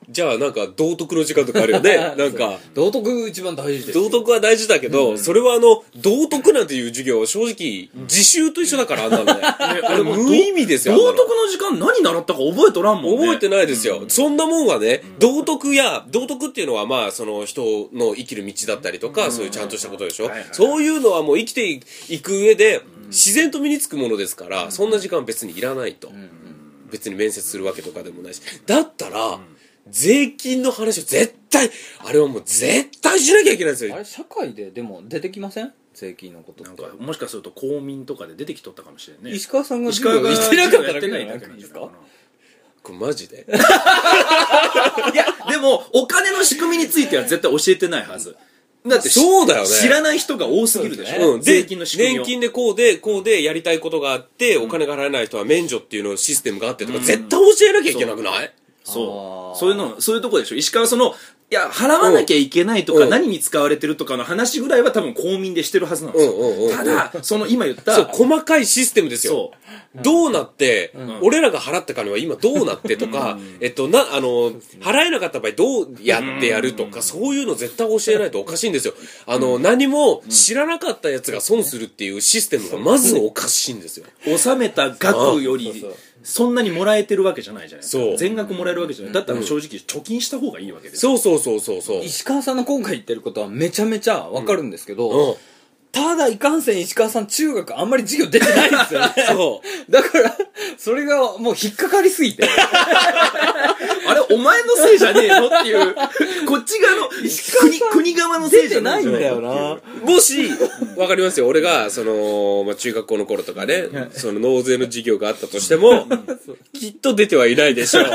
Speaker 1: じゃあなんか道徳の時間とかあるよ ねなんか
Speaker 2: 道徳一番大事です
Speaker 1: 道徳は大事だけど、それはあの道徳なんていう授業は正直自習と一緒だからあん なのねあれ無意味ですよあんな
Speaker 3: 道
Speaker 1: の
Speaker 3: 徳の時間何習ったか覚えとらんもんね
Speaker 1: 覚えてないですよ、そんなもんはね、道徳や道徳っていうのはまあその人の生きる道だったりとか、そういうちゃんとしたことでしょ、
Speaker 3: はいはい
Speaker 1: そういうのはもう生きていいく上で、自然と身につくものですから、そんな時間別にいらないと、別に面接するわけとかでもないしだったら、税金の話を絶対あれはもう絶対しなきゃいけないんです
Speaker 2: あ
Speaker 1: よ
Speaker 2: れ社会ででも出てきません税金のことっ
Speaker 3: なん
Speaker 2: て
Speaker 3: かもしかすると公民とかで出てきとったかもしれんね
Speaker 2: 石川さんが
Speaker 3: 石川が
Speaker 2: 授業行ってなかっただ
Speaker 3: やっ
Speaker 2: け
Speaker 3: て
Speaker 2: じ
Speaker 3: な
Speaker 2: ゃ
Speaker 3: い
Speaker 2: な
Speaker 3: だ
Speaker 2: い
Speaker 3: けなん
Speaker 2: で
Speaker 3: じ
Speaker 2: す
Speaker 3: ゃな
Speaker 2: か
Speaker 3: いか
Speaker 1: これマジ で
Speaker 3: ないやでもお金の仕組みについては絶対教えてないはずだってし
Speaker 1: そうだよね
Speaker 3: 知らない人が多すぎるでしょ、
Speaker 1: うん、で
Speaker 3: 税金の仕組み
Speaker 1: 年
Speaker 3: を
Speaker 1: 金でこうでこうでやりたいことがあって、お金が払えない人は免除っていうのシステムがあってとか、絶対教えなきゃいけなくない
Speaker 3: そ
Speaker 2: あー
Speaker 3: うそういうのそういうとこでしょ石川はそのいや払わなきゃいけないと
Speaker 1: う
Speaker 3: か
Speaker 1: ん
Speaker 3: 何に使われてるとかの話ぐらいは多分公民でしてるはずなんですよ、
Speaker 1: うんうんうんうん
Speaker 3: ただその今言った
Speaker 1: そう細かいシステムですよ
Speaker 3: そ
Speaker 1: どうなって、
Speaker 3: ん
Speaker 1: 俺らが払った金は今どうなってとか、えっと、な、あの、払えなかった場合どうやってやるとか、そういうの絶対教えないとおかしいんですよ。あの、何も知らなかったやつが損するっていうシステムがまずおかしいんですよ。
Speaker 3: う納めた額よ
Speaker 2: うん
Speaker 3: り
Speaker 2: そうそう
Speaker 3: そんなにもらえてるわけじゃないじゃないです
Speaker 1: そ
Speaker 3: か
Speaker 1: う
Speaker 3: 全額もらえるわけじゃないだったら正直貯金した方がいいわけですよ
Speaker 1: そうそうそうそうそう。
Speaker 2: 石川さんの今回言ってることはめちゃめちゃわかるんですけど、
Speaker 1: うん。
Speaker 2: ただいかんせん石川さん中学あんまり授業出て ないんですよね
Speaker 1: そう。
Speaker 2: だからそれがもう引っかかりすぎて
Speaker 3: あれお前のせいじゃねえのっていうこっち側の国国側のせい
Speaker 2: 出
Speaker 3: じゃ
Speaker 2: て
Speaker 3: な
Speaker 2: ないいん
Speaker 3: の
Speaker 2: だよな
Speaker 1: もし、わかりますよ。俺が、その、まあ、中学校の頃とかね、その納税の授業があったとしても、きっと出てはいないでしょう。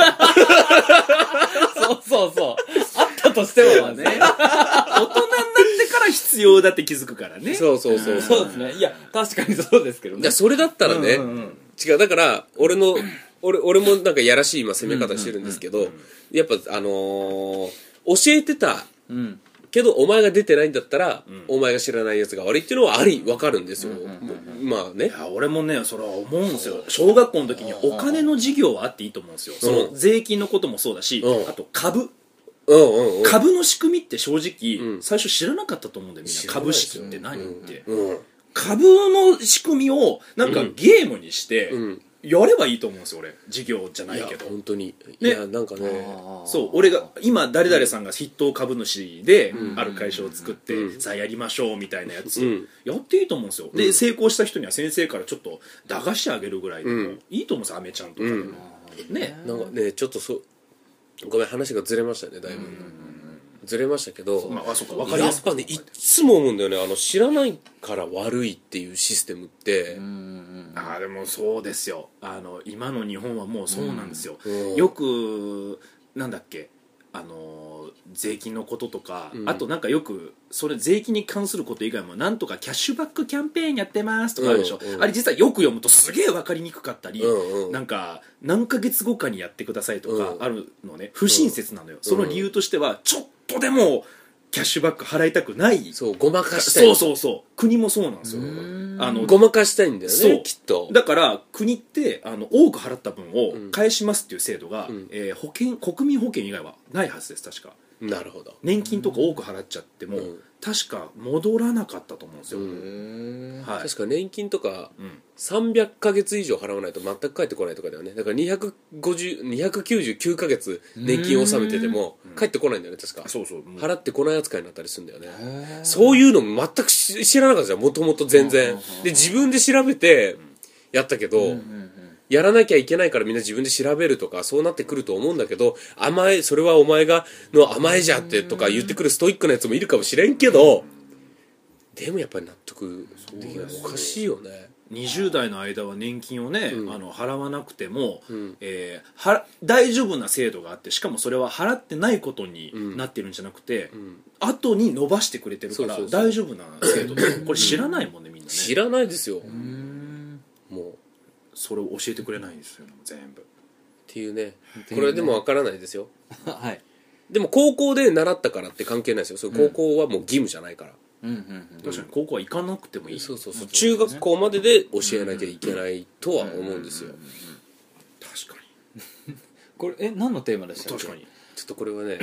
Speaker 2: そうそうそうあったとしてもね
Speaker 3: 大人になってから必要だって気づくからね
Speaker 1: そうそうそうそう。
Speaker 2: そうですねいや確かにそうですけど
Speaker 1: いや、
Speaker 2: ね
Speaker 1: それだったらね、
Speaker 2: うんうんうん
Speaker 1: 違う、だから、俺の、俺、俺もなんかやらしい今攻め方してるんですけど、やっぱ、あのー教えてた
Speaker 2: うん
Speaker 1: けど、お前が出てないんだったら、お前が知らないやつが悪いっていうのはあり、わかるんですよ。まあね
Speaker 3: い。や俺もねそれは思うんですよ小学校の時にお金の授業はあっていいと思うんですよその税金のこともそうだし、
Speaker 1: うん
Speaker 3: あと株
Speaker 1: うんうんうん。
Speaker 3: 株の仕組みって正直、
Speaker 1: うん
Speaker 3: 最初知らなかったと思うんだよみん
Speaker 1: 知
Speaker 3: な
Speaker 1: らない
Speaker 3: 株
Speaker 1: です
Speaker 3: 式
Speaker 1: よ
Speaker 3: って何って、
Speaker 1: うん。
Speaker 3: 株の仕組みをなんかゲームにして、
Speaker 1: うん。
Speaker 3: やればいいと思うんですよ俺授業じゃないい
Speaker 1: や
Speaker 3: けど、
Speaker 1: 本当に。い
Speaker 3: ね
Speaker 1: や、なんかね。
Speaker 3: そう俺が今誰々さんが筆頭株主で
Speaker 1: うん
Speaker 3: ある会社を作って、
Speaker 1: うん
Speaker 3: さあやりましょうみたいなやつ、
Speaker 1: うん
Speaker 3: やっていいと思うんですよ、
Speaker 1: う
Speaker 3: で
Speaker 1: ん
Speaker 3: 成功した人には先生からちょっと駄菓子あげるぐらいで
Speaker 1: う
Speaker 3: も
Speaker 1: ん
Speaker 3: いいと思うんですよアメちゃんとかでも、
Speaker 1: うん
Speaker 3: ね
Speaker 1: なんかねちょっとそうごめん話がずれましたねだいぶ、ずれましたけど、
Speaker 3: まああそうかわかりや
Speaker 1: や
Speaker 3: す
Speaker 1: っ
Speaker 3: く
Speaker 1: ぱねいっつも思うんだよねあの知らないから悪いっていうシステムって、
Speaker 3: ああでもそうですよあの今の日本はもうそうなんですよ、
Speaker 1: うん
Speaker 3: よくなんだっけあのー税金のこととか、
Speaker 1: うん
Speaker 3: あとなんかよくそれ税金に関すること以外もなんとかキャッシュバックキャンペーンやってますとかあるでしょ、
Speaker 1: うんうん
Speaker 3: あれ実はよく読むとすげえ分かりにくかったり、
Speaker 1: うんうん
Speaker 3: なんか何ヶ月後かにやってくださいとか
Speaker 1: うん
Speaker 3: あるのね不親切なのよ、その理由としてはちょっとでもキャッシュバック払いたくない
Speaker 1: そうごまかしたい
Speaker 3: そうそうそう国もそうなんですよあの
Speaker 1: ごまかしたいんだよ
Speaker 3: そ
Speaker 1: ね
Speaker 3: う
Speaker 1: きっと
Speaker 3: だから国ってあの多く払った分を
Speaker 1: うん
Speaker 3: 返しますっていう制度が、
Speaker 1: うん
Speaker 3: えー保険国民保険以外はないはずです確か
Speaker 1: なるほど
Speaker 3: 年金とか多く払っちゃっても、
Speaker 1: うん
Speaker 3: 確か戻らなかったと思うんですよ、
Speaker 2: うん
Speaker 3: はい
Speaker 1: 確か年金とか
Speaker 3: うん
Speaker 1: 300ヶ月以上払わないと全く返ってこないとかだよねだから250 299ヶ月年金を納めてても返ってこないんだよね確か
Speaker 3: あそうそうもう
Speaker 1: 払ってこない扱いになったりするんだよね
Speaker 2: へー
Speaker 1: そういうのも全くし知らなかったじゃんもともと全然で自分で調べてやったけど、やらなきゃいけないからみんな自分で調べるとかそうなってくると思うんだけど甘えそれはお前がの甘えじゃってとか言ってくるストイックなやつもいるかもしれんけどでもやっぱり納得できないおかしいよね
Speaker 3: 20代の間は年金をね、あの払わなくても、
Speaker 1: ん
Speaker 3: えーは大丈夫な制度があってしかもそれは払ってないことになってるんじゃなくて、後に伸ばしてくれてるから
Speaker 1: そうそうそう
Speaker 3: 大丈夫な制 度ですこれ知らないもんねみんなね
Speaker 1: 知らないですよもうっ
Speaker 3: それを教えてくれないんですよ全部
Speaker 1: ていうねこれでもわからないですよ
Speaker 2: はい
Speaker 1: でも高校で習ったからって関係ないですよそれ高校はもう義務じゃないから、
Speaker 2: うんうんうん
Speaker 3: 確かに高校は行かなくてもいい、
Speaker 1: そうそうそう中学校までで教えなきゃいけないとは思うんですよ
Speaker 3: 確かに
Speaker 2: これえ何のテーマでしたっけ
Speaker 3: 確かに
Speaker 1: ちょっとこれは ね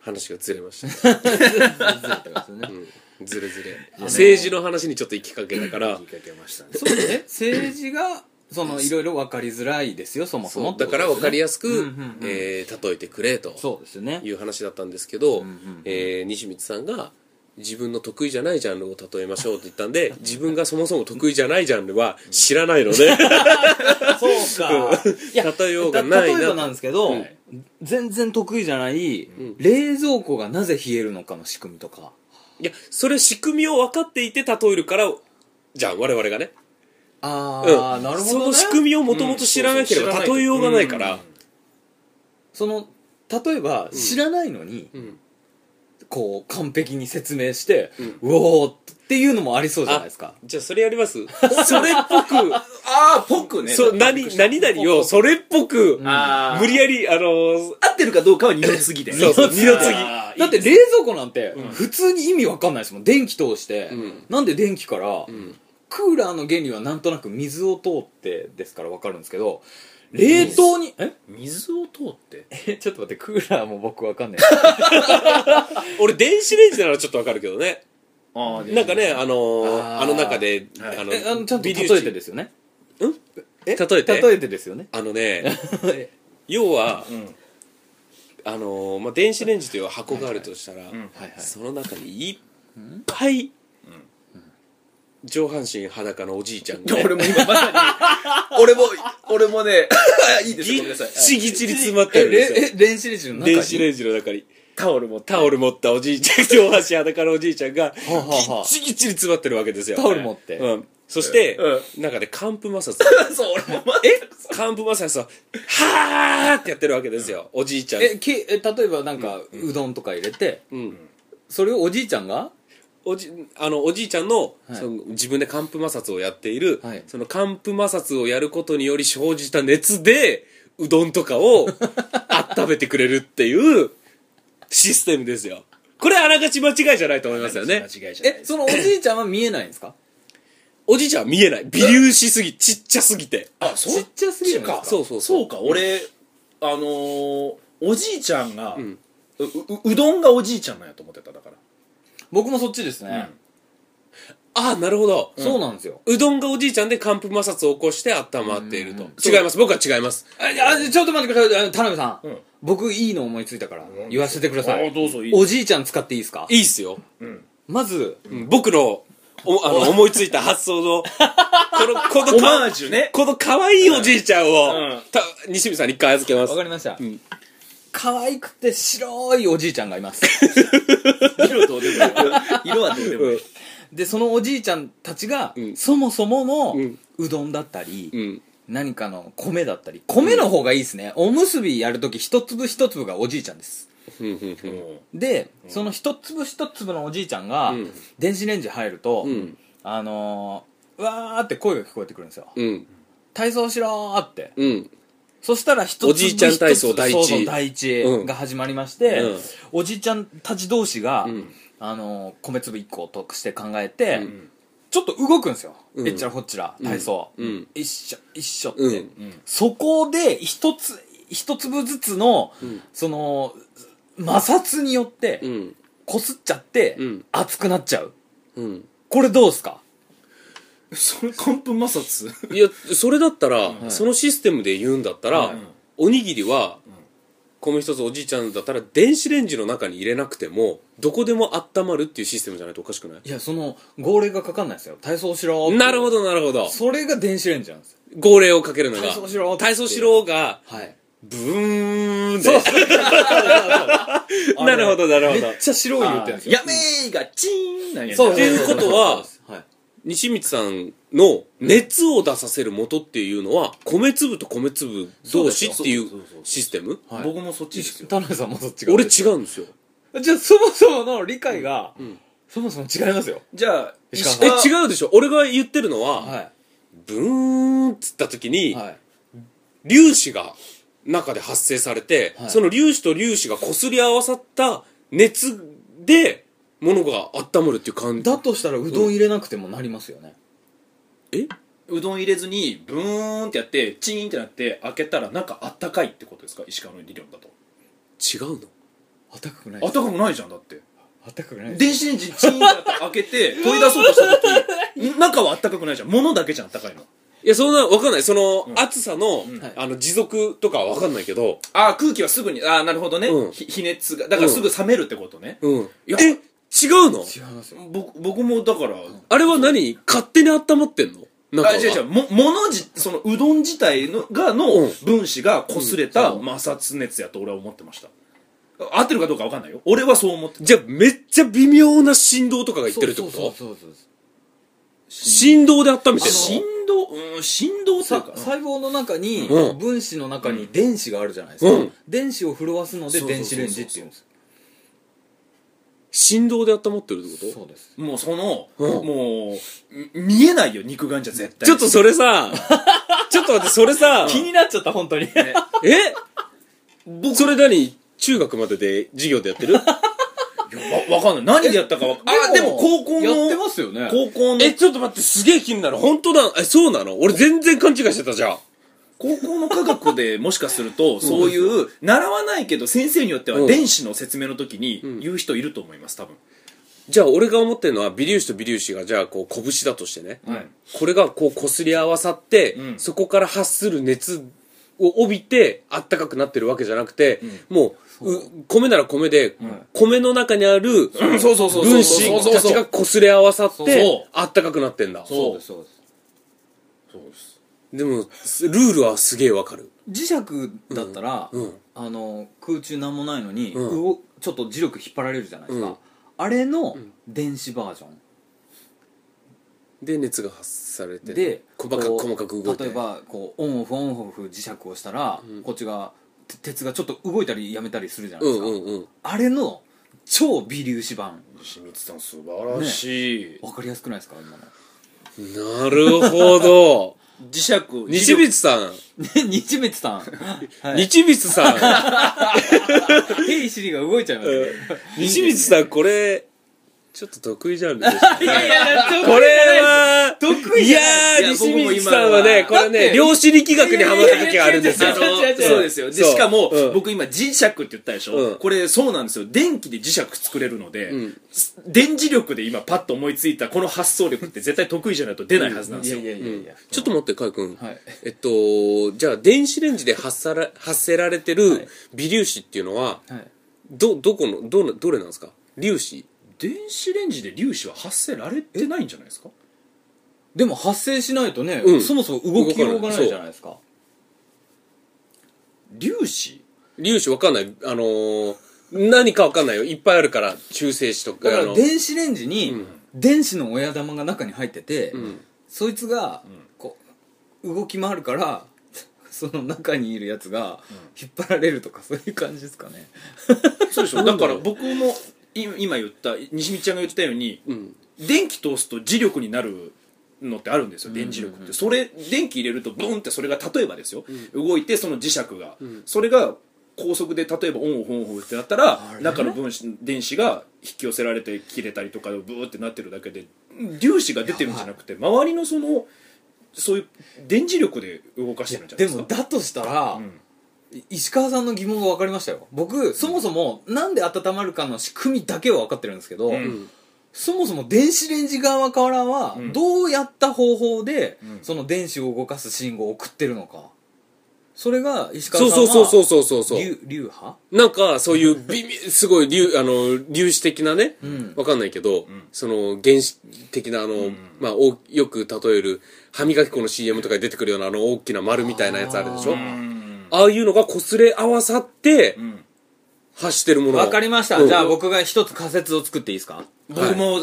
Speaker 1: 話がずれましたうんずれずれ政治の話にちょっと行きかけたから
Speaker 3: 言いかけましたね
Speaker 2: そうね政治がそのいろいろ分かりづらいですよそ もそも
Speaker 1: だから分かりやすく、
Speaker 2: うんうんうん
Speaker 1: えー例えてくれと
Speaker 2: そうですよね
Speaker 1: いう話だったんですけど、
Speaker 2: んうん
Speaker 1: えー西光さんが自分の得意じゃないジャンルを例えましょうって言ったんで自分がそもそも得意じゃないジャンルは知らないので
Speaker 2: そうか いや
Speaker 1: 例えようがないな
Speaker 2: 例えばなんですけど、
Speaker 1: はい
Speaker 2: 全然得意じゃない、冷蔵庫がなぜ冷えるのかの仕組みとか
Speaker 1: いやそれ仕組みを分かっていて例えるからじゃん我々がね
Speaker 2: ああ、
Speaker 1: うん
Speaker 2: なるほど、ね、
Speaker 1: その仕組みをもともと知らなけれ
Speaker 3: うん
Speaker 1: ば
Speaker 3: そうそう
Speaker 1: 例えようがないから、
Speaker 2: その例えば知らないのに、
Speaker 1: ん
Speaker 2: こう完璧に説明して、う
Speaker 1: うん
Speaker 2: おーっていうのもありそうじゃないですか
Speaker 1: じゃあそれやります それっぽく
Speaker 3: ああぽくね
Speaker 1: そう何何々をそれっぽく
Speaker 3: あー
Speaker 1: 無理やりあのー
Speaker 3: 合ってるかどうかは二の次で
Speaker 1: そうそう二の次
Speaker 3: あー
Speaker 2: だって
Speaker 3: いい
Speaker 2: 冷蔵庫なんて普通に意味わかんないですもん電気通して、
Speaker 1: ん
Speaker 2: なんで電気から、
Speaker 1: ん
Speaker 2: クーラーの原理はなんとなく水を通ってですからわかるんですけど冷凍にえ
Speaker 3: 水を通って
Speaker 2: えちょっと待ってクーラーも僕わかんない
Speaker 1: 俺電子レンジならちょっとわかるけどね
Speaker 3: ああで
Speaker 1: なんかねあのー
Speaker 2: あー
Speaker 1: あの中で、
Speaker 3: はい
Speaker 1: あ の
Speaker 2: えあのちゃんと
Speaker 1: 微
Speaker 2: 例
Speaker 1: 粒
Speaker 2: え
Speaker 1: 子
Speaker 2: てですよね
Speaker 1: 例えて
Speaker 2: 例えてですよ ね
Speaker 1: あの ね要は、
Speaker 3: ん
Speaker 1: あのーまあ、電子レンジという箱があるとしたら、
Speaker 3: ん
Speaker 2: はいはい
Speaker 1: その中にいっぱい、上半身裸のおじいちゃんが、ね、
Speaker 3: 俺も今まさに俺も俺もねいいです
Speaker 1: ぎ
Speaker 3: ごめんなさい
Speaker 1: っちぎちに詰まって
Speaker 2: え
Speaker 1: るんですよ
Speaker 2: れえ電子レンジの中に
Speaker 1: 電子レンジの中に
Speaker 3: タオルも
Speaker 1: タオル持ったおじいちゃん上半身裸のおじいちゃんが
Speaker 2: はあはあはあ
Speaker 1: ぎっちぎちに詰まってるわけですよ
Speaker 2: タオル持って
Speaker 1: うん、そして、
Speaker 3: う
Speaker 1: 中で乾布摩擦
Speaker 3: そう俺もまえ
Speaker 1: 幹部マサさんはーってやってるわけですよおじいちゃん
Speaker 2: えけえ例えばなんか、うどんとか入れて、
Speaker 1: ん
Speaker 2: それをおじいちゃんが
Speaker 1: おじあのおじいちゃんの,、
Speaker 2: い
Speaker 1: その自分で乾布摩擦をやっている、
Speaker 2: はい
Speaker 1: その乾布摩擦をやることにより生じた熱でうどんとかを温めてくれるっていうシステムですよこれあながち間違いじゃないと思いますよね
Speaker 3: 間違いじゃな
Speaker 2: え
Speaker 3: い
Speaker 2: そのおじいちゃんは見えないんですか
Speaker 1: おじいちゃんは見えない微粒子すぎちっちゃすぎて
Speaker 3: あそ
Speaker 2: ちっちゃすぎるんですか
Speaker 1: そうそうそう
Speaker 3: そうか俺あのーおじいちゃんが
Speaker 1: ん
Speaker 3: うううどんがおじいちゃんなんやと思ってただか
Speaker 2: 僕もそっちですね、
Speaker 1: ああなるほど、う
Speaker 2: そうなんですよ、
Speaker 1: どんがおじいちゃんで乾布摩擦を起こして温まっていると違います僕は違います
Speaker 2: ああちょっと待ってくださいあ田辺さん、
Speaker 3: うん
Speaker 2: 僕いいの思いついたから
Speaker 3: ん
Speaker 2: 言わせてくだ
Speaker 3: ら
Speaker 2: さい
Speaker 3: どうぞい
Speaker 2: おじいちゃん使っていいですか
Speaker 1: いいっすよ
Speaker 2: まず
Speaker 1: うん僕のおあの思いついた発想のこのこの
Speaker 3: オ
Speaker 1: か
Speaker 3: マージュね
Speaker 1: この可愛いおじいちゃんを、
Speaker 3: うん
Speaker 1: た西見さんに一回預けます
Speaker 2: わかりました、
Speaker 1: ん
Speaker 2: 可愛くて白いおじいちゃんがいます
Speaker 3: 色どうでもいい色はどうでもいい
Speaker 2: でそのおじいちゃんたちが、
Speaker 1: ん
Speaker 2: そもそもの
Speaker 1: うん
Speaker 2: うどんだったり、
Speaker 1: うん
Speaker 2: 何かの米だったり米の方がいいですね、おむすびやるとき一粒一粒がおじいちゃんです
Speaker 1: うんうんうん
Speaker 2: で、その一粒一粒のおじいちゃんが、
Speaker 1: ん
Speaker 2: 電子レンジ入ると、
Speaker 1: うん
Speaker 2: あのー、わーって声が聞こえてくるんですよ
Speaker 1: うん
Speaker 2: 体操しろーって
Speaker 1: うん
Speaker 2: そしたら一つ
Speaker 1: おじいちゃん体操第一
Speaker 2: そうそう第一
Speaker 1: うん
Speaker 2: が始まりまして、
Speaker 1: うん
Speaker 2: おじいちゃんたち同士が、
Speaker 1: ん
Speaker 2: あのー米粒1個を得して考えて、ちょっと動くんですよ、
Speaker 1: ん
Speaker 2: えっちゃらほっちら体操、
Speaker 1: うんうん
Speaker 2: 一緒一緒って、
Speaker 1: うん
Speaker 2: そこで一つ一粒ずつの、その摩擦によって
Speaker 1: うん
Speaker 2: こすっちゃって、
Speaker 1: うん
Speaker 2: 熱くなっちゃう
Speaker 1: うん
Speaker 2: これどうすか
Speaker 3: それ寒風摩擦
Speaker 1: いやそれだったら、そのシステムで言うんだったら、おにぎりは、米一つおじいちゃんだったら電子レンジの中に入れなくてもどこでも温まるっていうシステムじゃないとおかしくない
Speaker 2: いやその号令がかかんないですよ体操しろーって
Speaker 1: なるほどなるほど
Speaker 2: それが電子レンジなんですよ
Speaker 1: 号令をかけるのが
Speaker 2: 体操しろって
Speaker 1: 体操しろが
Speaker 2: はい
Speaker 1: ブーンで なるほどなるほど
Speaker 2: めっちゃ白い言うてるんですよ
Speaker 3: やめーがチーンなんや
Speaker 2: そう
Speaker 1: っていうことは
Speaker 2: そうはい
Speaker 1: 西光さんの熱を出させる元っていうのは米粒と米粒同士っていう
Speaker 3: そうですよ
Speaker 1: システム
Speaker 2: はい
Speaker 3: 僕もそっちですよ
Speaker 2: 田辺さんもそっちが
Speaker 1: 俺違うんですよ
Speaker 2: じゃあそもそもの理解が、そもそも違いますよ
Speaker 3: じゃあ
Speaker 2: 石
Speaker 1: え
Speaker 2: 川
Speaker 1: 違うでしょ俺が言ってるのは
Speaker 2: は
Speaker 1: ブーンっつった時
Speaker 2: い
Speaker 1: に
Speaker 2: はい
Speaker 1: 粒子が中で発生されて
Speaker 2: はい
Speaker 1: その粒子と粒子が擦り合わさった熱で物が温まるっていう感じ
Speaker 2: だとしたらうどん入れなくてもなりますよね、
Speaker 1: え
Speaker 3: うどん入れずにブーンってやってチーンってなって開けたら中あったかいってことですか石川の理論だと
Speaker 1: 違うの
Speaker 2: 暖かくない
Speaker 3: あったかくないじゃんだって
Speaker 2: 暖かくない
Speaker 3: 電子レンジチーンって開け て取り出そうとした時中はあったかくないじゃん物だけじゃんあったかいの
Speaker 1: いやそんなわかんないその暑さの,、
Speaker 5: はい
Speaker 1: あの持続とかはわかんないけど
Speaker 3: ああ空気はすぐにああなるほどね、
Speaker 1: うん
Speaker 3: ひ比熱がだからすぐ冷めるってことね、
Speaker 1: うん
Speaker 3: いや
Speaker 1: え違うの
Speaker 2: 違いますよ
Speaker 3: 僕僕もだから、
Speaker 1: あれは何勝手に温まってんの中は
Speaker 3: あ違う違うも物じそのうどん自体のが
Speaker 1: う
Speaker 3: の
Speaker 1: ん
Speaker 3: 分子が擦れた摩擦熱やと俺は思ってました合ってるかどうかわかんないよ俺はそう思って
Speaker 1: じゃあめっちゃ微妙な振動とかがいってるってこと
Speaker 2: そうそうそうそう
Speaker 1: 振動で温めてん
Speaker 3: 振動うん振動っていう
Speaker 2: さ
Speaker 3: か
Speaker 2: 細胞の中に、
Speaker 1: うん
Speaker 2: 分子の中に電子があるじゃないですか、
Speaker 1: うん
Speaker 2: 電子を震わすので
Speaker 3: そうそうそうそ
Speaker 2: 電子
Speaker 3: う
Speaker 2: レンジっていうんです
Speaker 1: 振動で温まってるってこ
Speaker 2: そうです
Speaker 3: もうその、
Speaker 1: うん
Speaker 3: もうみ見えないよ肉眼じゃ絶
Speaker 1: と
Speaker 3: 対
Speaker 1: ちょっとそれさちょっと待ってそれさ
Speaker 5: 気になっちゃった、本 当に。
Speaker 3: ね
Speaker 1: えそれ何中学までで授業でやってる
Speaker 3: いやわわかんない何でやったかわかんないあでも高校
Speaker 2: やってま
Speaker 3: の
Speaker 2: すよね
Speaker 3: 高校の
Speaker 1: えちょっと待ってすげえ気になる本当だえそうなの俺全然勘違いしてたじゃん
Speaker 3: 高校の科学でもしかするとそういう習わないけど先生によって
Speaker 1: う
Speaker 3: は
Speaker 1: ん
Speaker 3: 電子の説明の時に
Speaker 1: ん
Speaker 3: 言う人いると思います多分、
Speaker 1: じゃあ俺が思ってるのは微粒子と微粒子がじゃあこう拳だとしてね、
Speaker 3: はい
Speaker 1: これがこう擦り合わさって、
Speaker 3: うん
Speaker 1: そこから発する熱を帯びてあったかくなってるわけじゃなくて、もうう米なら米で、米の中にある
Speaker 3: うんそうそうそうそう
Speaker 1: 分子たちが擦れ合わさっ
Speaker 3: そ
Speaker 1: てあったかくなってんだ
Speaker 2: そうですそうです
Speaker 3: そうです
Speaker 1: でもすルールはすげえわかる
Speaker 2: 磁石だったら、
Speaker 1: うんうん
Speaker 2: あの空中なんもないのに、
Speaker 1: うん
Speaker 2: うおちょっと磁力引っ張られるじゃないですか、
Speaker 1: うん
Speaker 2: あれの電子バージョン、
Speaker 1: で熱が発されて
Speaker 2: で
Speaker 1: 細かく
Speaker 2: こう
Speaker 1: 細かく動いて
Speaker 2: 例えばこうオンオフオンオフ磁石をしたら、
Speaker 1: うん
Speaker 2: こっちがて鉄がちょっと動いたりやめたりするじゃないうです
Speaker 1: ん
Speaker 2: か、
Speaker 1: うんうん
Speaker 2: あれの超微粒子版
Speaker 3: 西光さん素晴らしい、
Speaker 2: わかりやすくないですか今の
Speaker 1: なるほ ど
Speaker 3: 磁石
Speaker 1: 西光さん、
Speaker 2: 日滅 さんはい
Speaker 1: 日光さん
Speaker 2: 「ヘイシリ」が動いちゃいますね
Speaker 1: 西光さんこれちょっと得意ジャ ンルでしょ
Speaker 5: いやいや、ちょっと
Speaker 1: これは、
Speaker 2: 得意
Speaker 1: い
Speaker 2: じ
Speaker 1: や
Speaker 2: ゃない
Speaker 1: ー、
Speaker 3: いや
Speaker 1: 西
Speaker 3: 僕も
Speaker 1: 光
Speaker 3: 今
Speaker 1: さんはね、
Speaker 3: は
Speaker 1: これ
Speaker 2: だっ
Speaker 1: ね、
Speaker 2: て
Speaker 1: 量子力学にハマった時あるんですよ
Speaker 3: あ。の
Speaker 5: 違う違う違う
Speaker 3: そうですよで
Speaker 1: そう
Speaker 3: しかも、
Speaker 1: うん
Speaker 3: 僕今磁石って言ったでしょ、
Speaker 1: うん
Speaker 3: これそうなんですよ電気で磁石作れるので、
Speaker 1: うん
Speaker 3: す電磁力で今パッと思いついたこの発想力って絶対得意じゃないと出ないはずなんですよ、
Speaker 2: いやいやいやいや、
Speaker 1: ちょっと待って、かいくん。
Speaker 2: はい
Speaker 1: えっと、じゃあ、電子レンジで発さら発せられてる微粒子っていうのは、
Speaker 2: はい
Speaker 1: ど、どこの、どの、どれなんですか粒子
Speaker 3: 電子レンジで粒子は発せられてないんじゃないですか
Speaker 2: でも発生しないとね、
Speaker 1: うん
Speaker 2: そもそも動きようがないじゃないですか
Speaker 3: 粒子
Speaker 1: 粒子わかんない。あのー、何かわかんないよ。いっぱいあるから、中性子と
Speaker 2: だ、
Speaker 1: か
Speaker 2: か
Speaker 1: あ
Speaker 2: ら
Speaker 1: の、
Speaker 2: 電子レンジ
Speaker 1: う
Speaker 2: に
Speaker 1: ん
Speaker 2: 電子の親玉が中に入ってて、
Speaker 1: うん
Speaker 2: そいつが
Speaker 3: ん
Speaker 2: こう動き回るから その中にいるやつが引っ張られるとかそういう感じですかね
Speaker 3: そうでしょだから僕もい今言った西光ちゃんが言ってたように
Speaker 1: うん。
Speaker 3: 電気通すと磁力になるのってあるんですよ電磁力って、それ電気入れるとブンってそれが例えばですよ、動いてその磁石が、それが高速で例えばオンオフオンオフってなったら中の分子電子が引き寄せられて切れたりとかブーってなってるだけで粒子が出てるんじゃなくて周りのそのそういう電磁力で動かしてるんじゃな
Speaker 2: で
Speaker 3: いですか
Speaker 2: もだとしたら、
Speaker 3: ん
Speaker 2: い石川さんの疑問が分かりましたよ僕そもそもなんで温まるかの仕組みだけは分かってるんですけど、
Speaker 3: うん
Speaker 2: そもそも電子レンジ側からは
Speaker 3: うん
Speaker 2: どうやった方法で、
Speaker 3: うん
Speaker 2: その電子を動かす信号を送ってるのかそれが石
Speaker 1: そ
Speaker 2: 川
Speaker 1: う
Speaker 2: さんは
Speaker 1: そうそうそうそうそう。
Speaker 2: 流流派
Speaker 1: なんか、そういう微妙、すごい粒、あの、粒子的なね、
Speaker 2: ん
Speaker 1: わかんないけど、その、原子的な、あの、まあ、およく例える、歯磨き粉の CM とかに出てくるような、あの、大きな丸みたいなやつあるでしょ
Speaker 2: あ
Speaker 1: あ
Speaker 3: うん
Speaker 1: あいうのが擦れ合わさって、
Speaker 3: ん
Speaker 1: 発してるもの。
Speaker 2: 分かりました、
Speaker 1: うん
Speaker 2: じゃあ僕が一つ仮説を作っていいですか
Speaker 1: はい
Speaker 3: 僕も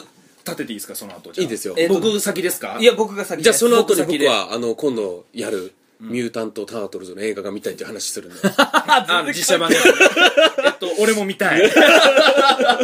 Speaker 3: 立てていいですかその後じゃあ
Speaker 1: いいですよ
Speaker 2: えっと
Speaker 3: 僕先ですか
Speaker 2: いや僕が先
Speaker 1: じゃあ、その後に
Speaker 2: 先
Speaker 1: 僕
Speaker 2: で
Speaker 1: は、あの、今度やる、ミュータント・タートルズの映画が見たいっていう話 するんで。
Speaker 3: あの実写版ねえっと俺も見たいえ
Speaker 2: いや例え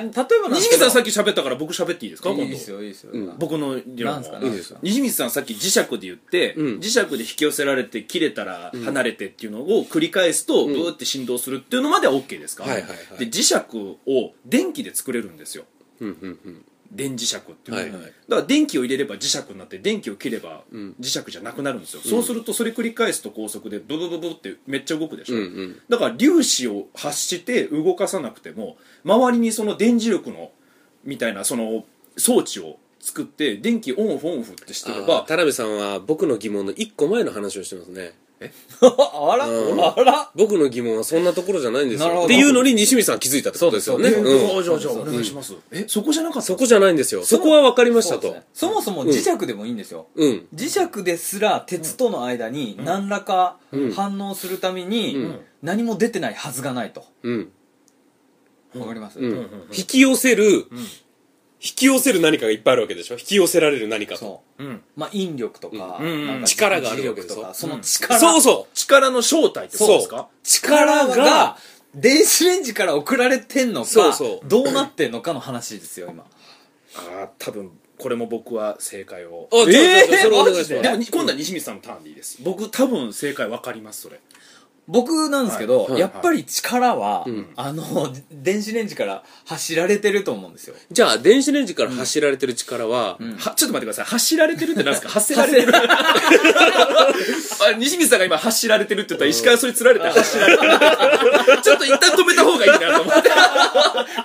Speaker 2: ばなんです
Speaker 3: 西
Speaker 2: けど
Speaker 3: 水さんさっき喋ったから僕喋っていいですか今
Speaker 2: いい
Speaker 3: 度
Speaker 2: ですよいいですよ、
Speaker 3: 僕の理論
Speaker 2: なんすか
Speaker 3: も
Speaker 2: ない
Speaker 1: い
Speaker 2: ん
Speaker 1: ですす
Speaker 2: か
Speaker 1: よ
Speaker 3: 西水さんさっき磁石で言って、
Speaker 1: うん
Speaker 3: 磁石で引き寄せられて切れたら離れてっていうのを繰り返すとブーって振動するっていうのまでは OK ですか、
Speaker 1: はいはいはい
Speaker 3: で磁石を電気で作れるんですよ
Speaker 1: うんうんうん。
Speaker 3: 電磁石っていうの
Speaker 1: は
Speaker 3: が、
Speaker 1: い
Speaker 2: はい
Speaker 3: だから電気を入れれば磁石になって電気を切れば
Speaker 1: ん
Speaker 3: 磁石じゃなくなるんですよ、そうするとそれ繰り返すと高速でブブブブってめっちゃ動くでしょ、
Speaker 1: うんうん
Speaker 3: だから粒子を発して動かさなくても周りにその電磁力のみたいなその装置を作って電気オンオフオンオフってしてれ
Speaker 1: あー
Speaker 3: ば
Speaker 1: 田辺さんは僕の疑問の一個前の話をしてますね
Speaker 2: あら、
Speaker 1: うん
Speaker 2: あら
Speaker 1: 僕の疑問はそんなところじゃないんです
Speaker 2: なる
Speaker 1: よ
Speaker 2: ほど
Speaker 1: っていうのに西見さん気づいたってことですよね
Speaker 2: そうです
Speaker 3: え
Speaker 2: よ
Speaker 1: うん
Speaker 3: あじゃあじゃあお願いします、えそこじゃなかった
Speaker 1: そこじゃないんですよそこは分かりました
Speaker 2: そう
Speaker 1: と
Speaker 2: ですねそもそも磁石でもいいんですよ、
Speaker 1: うん
Speaker 2: 磁石ですら鉄との間に何らか反応するため
Speaker 1: う
Speaker 2: に
Speaker 1: ん
Speaker 2: 何も出てないはずがないと
Speaker 1: うん
Speaker 2: わかります、
Speaker 1: うん
Speaker 3: うんうん
Speaker 1: 引き寄せる引き寄せる何かがいっぱいあるわけでしょ引き寄せられる何かと
Speaker 2: そう
Speaker 3: うん
Speaker 2: まあ引力とか,、
Speaker 3: うんうん
Speaker 2: なんか
Speaker 1: 力があるわけでしょ
Speaker 2: 磁力とかその力、
Speaker 1: そうそう
Speaker 3: 力の正体ってことですか
Speaker 2: 力
Speaker 1: 力
Speaker 2: が
Speaker 1: が
Speaker 2: 電子レンジから送られてんのか
Speaker 1: そうそう
Speaker 2: どうなってんのかの話ですよ今
Speaker 3: ああ多分これも僕は正解を
Speaker 1: あじゃあ
Speaker 2: えー
Speaker 1: じゃあそれお願いし
Speaker 2: マジ
Speaker 1: ま
Speaker 3: で
Speaker 1: す
Speaker 3: もに今度は西光さんのターンでいいです僕多分正解わかりますそれ
Speaker 2: 僕なんですけど、
Speaker 1: はいはい
Speaker 2: やっぱり力は、
Speaker 1: うん
Speaker 2: あの電子レンジから走られてると思うんですよ
Speaker 1: じゃあ電子レンジから走られてる力は
Speaker 2: うん
Speaker 3: はちょっと待ってください走られてるってなんですか走られてるあ西光さんが今走られてるって言ったら石川それ釣られて走られてるちょっと一旦止めた方がいいなと思って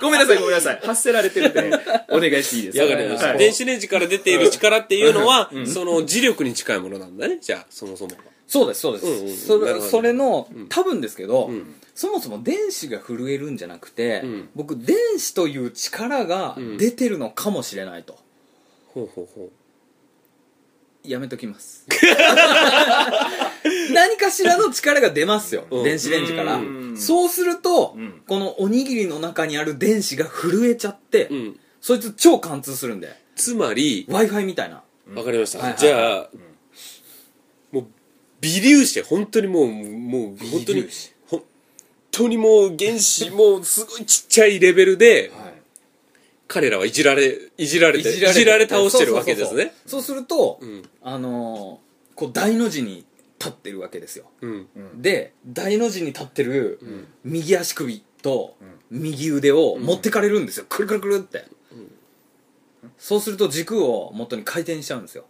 Speaker 3: ごめんなさいごめんなさい走られてるってお願いしていいです
Speaker 1: や
Speaker 3: か
Speaker 1: がてです
Speaker 3: はい
Speaker 1: 電子レンジから出ている力っていうのはその磁力に近いものなんだねじゃあそもそも
Speaker 2: そうですそうです、
Speaker 1: うんうん
Speaker 2: そ
Speaker 1: なる
Speaker 2: れ
Speaker 1: ほど
Speaker 2: それの多分ですけど、
Speaker 1: うん
Speaker 2: そもそも電子が震えるんじゃなくて、
Speaker 1: うん
Speaker 2: 僕電子という力が出てるのかもしれないと、
Speaker 1: ほうほうほう
Speaker 2: やめときます 何かしらの力が出ますよ、
Speaker 1: うん
Speaker 2: 電子レンジから
Speaker 3: うん
Speaker 2: そうすると、
Speaker 3: うん
Speaker 2: このおにぎりの中にある電子が震えちゃって、
Speaker 1: うん
Speaker 2: そいつ超貫通するんで
Speaker 1: つまり
Speaker 2: w i f i みたいな
Speaker 1: わかりまし
Speaker 2: はい
Speaker 1: た
Speaker 2: はい
Speaker 1: じゃあもう微粒子本当にもうもう本当
Speaker 2: 微
Speaker 1: に
Speaker 2: 粒子
Speaker 1: 本当にもう原子もうすごいちっちゃいレベルで彼らはいじられいじられていじられ倒してるわけですね
Speaker 2: そうそうそうそうす
Speaker 1: う
Speaker 2: ると、
Speaker 1: ん
Speaker 2: あのーこう大の字に立ってるわけですよ
Speaker 1: うん
Speaker 2: で大の字に立ってる右足首と右腕を持ってかれるんですよ、くるくるくるって、そうすると軸を元に回転しちゃうんですよ、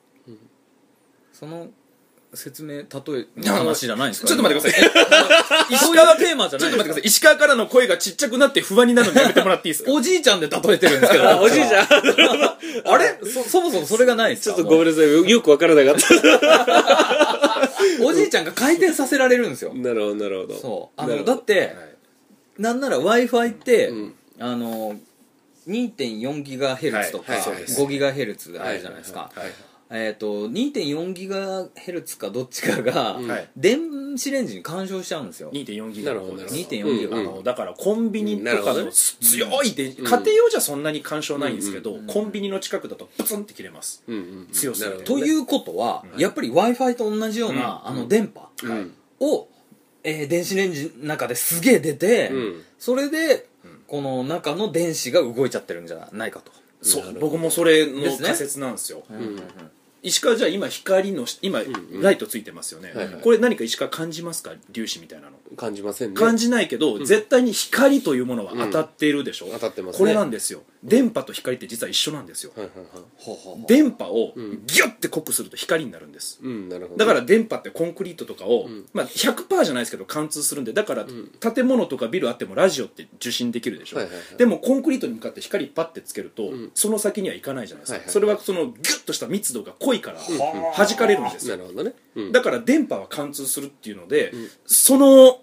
Speaker 2: その説明例えの話じゃないんですか
Speaker 3: ちょっと待って
Speaker 2: く
Speaker 3: ください
Speaker 2: ださい石川テーマじゃ
Speaker 3: ち
Speaker 2: な
Speaker 3: ょっ
Speaker 2: い
Speaker 3: と待ってくだ
Speaker 2: さ
Speaker 3: さい石川からの声がちっちゃくなって不安になるのやめてもらっていいですか
Speaker 2: おじいちゃんで例えてるんですけど
Speaker 1: あおじいちゃん
Speaker 2: あれそそもそもそれがないです
Speaker 1: ちょ
Speaker 2: か
Speaker 1: っとごめんなさいよよくわからなかった
Speaker 2: おじいちゃんが回転させられるんですよ
Speaker 1: なるほどなるほど
Speaker 2: そうあ
Speaker 1: なる
Speaker 2: の
Speaker 1: ほ
Speaker 2: だ
Speaker 1: ど
Speaker 2: って、なんなら w i f i って、
Speaker 1: うん
Speaker 2: あの 2.4GHz とか
Speaker 1: はいはいそうです
Speaker 2: 5GHz あるじゃないですか
Speaker 3: はい
Speaker 2: えっと 2.4GHz かどっちかが、
Speaker 1: うん
Speaker 3: はい
Speaker 2: 電子レンジに干渉しちゃうんですよ
Speaker 3: 2.4ギガ
Speaker 1: な
Speaker 3: の
Speaker 1: る
Speaker 3: 方
Speaker 1: ほど
Speaker 3: です
Speaker 2: 2.4ギガ
Speaker 3: あ
Speaker 1: うんうん
Speaker 3: のだからコンビニ
Speaker 1: なる
Speaker 3: と
Speaker 1: ほ
Speaker 3: か
Speaker 1: ど
Speaker 3: の
Speaker 1: ね
Speaker 3: す強いで、家庭用じゃそんなに干渉ないんですけど、コンビニの近くだとプツンって切れます、
Speaker 1: うんうんうん
Speaker 3: 強すぎて
Speaker 1: なるほ
Speaker 2: と
Speaker 1: どね
Speaker 2: いうことは、やっぱり w i f i と同じような、あの電波
Speaker 1: うん
Speaker 2: を、えー電子レンジの中ですげえ出て、
Speaker 1: うん
Speaker 2: それで、この中の電子が動いちゃってるんじゃないかと、
Speaker 3: そ
Speaker 1: な
Speaker 3: う
Speaker 1: るほど
Speaker 3: 僕もそれ
Speaker 2: で
Speaker 3: の
Speaker 2: すね
Speaker 3: 仮説なんですよ
Speaker 1: ん
Speaker 3: 石川じゃあ今光のし今ライトついてますよね、
Speaker 1: はいはい
Speaker 3: これ何か石川感じますか粒子みたいなの
Speaker 1: 感じませんね
Speaker 3: 感じないけど、絶対に光というものは当たっているでしょ、
Speaker 1: 当たってますね
Speaker 3: これなんですよ電波と光って実は一緒なんですよ、
Speaker 1: はいはいはい
Speaker 2: ほうほうほう
Speaker 3: 電波をギュッて濃くすると光になるんです、
Speaker 1: うんなるほど
Speaker 3: だからら電波ってコンクリートとかを、まあ、100%じゃないですけど貫通するんでだから建物とかビルあってもラジオって受信できるでしょ、
Speaker 1: はいはいはい
Speaker 3: でもコンクリートに向かって光パッてつけると、その先にはいかないじゃないです
Speaker 1: は
Speaker 3: か、
Speaker 1: いはい
Speaker 3: それはそのギュッとした密度が濃いから弾かれるんですよ
Speaker 1: なるほどねうん
Speaker 3: だから電波は貫通するっていうので、その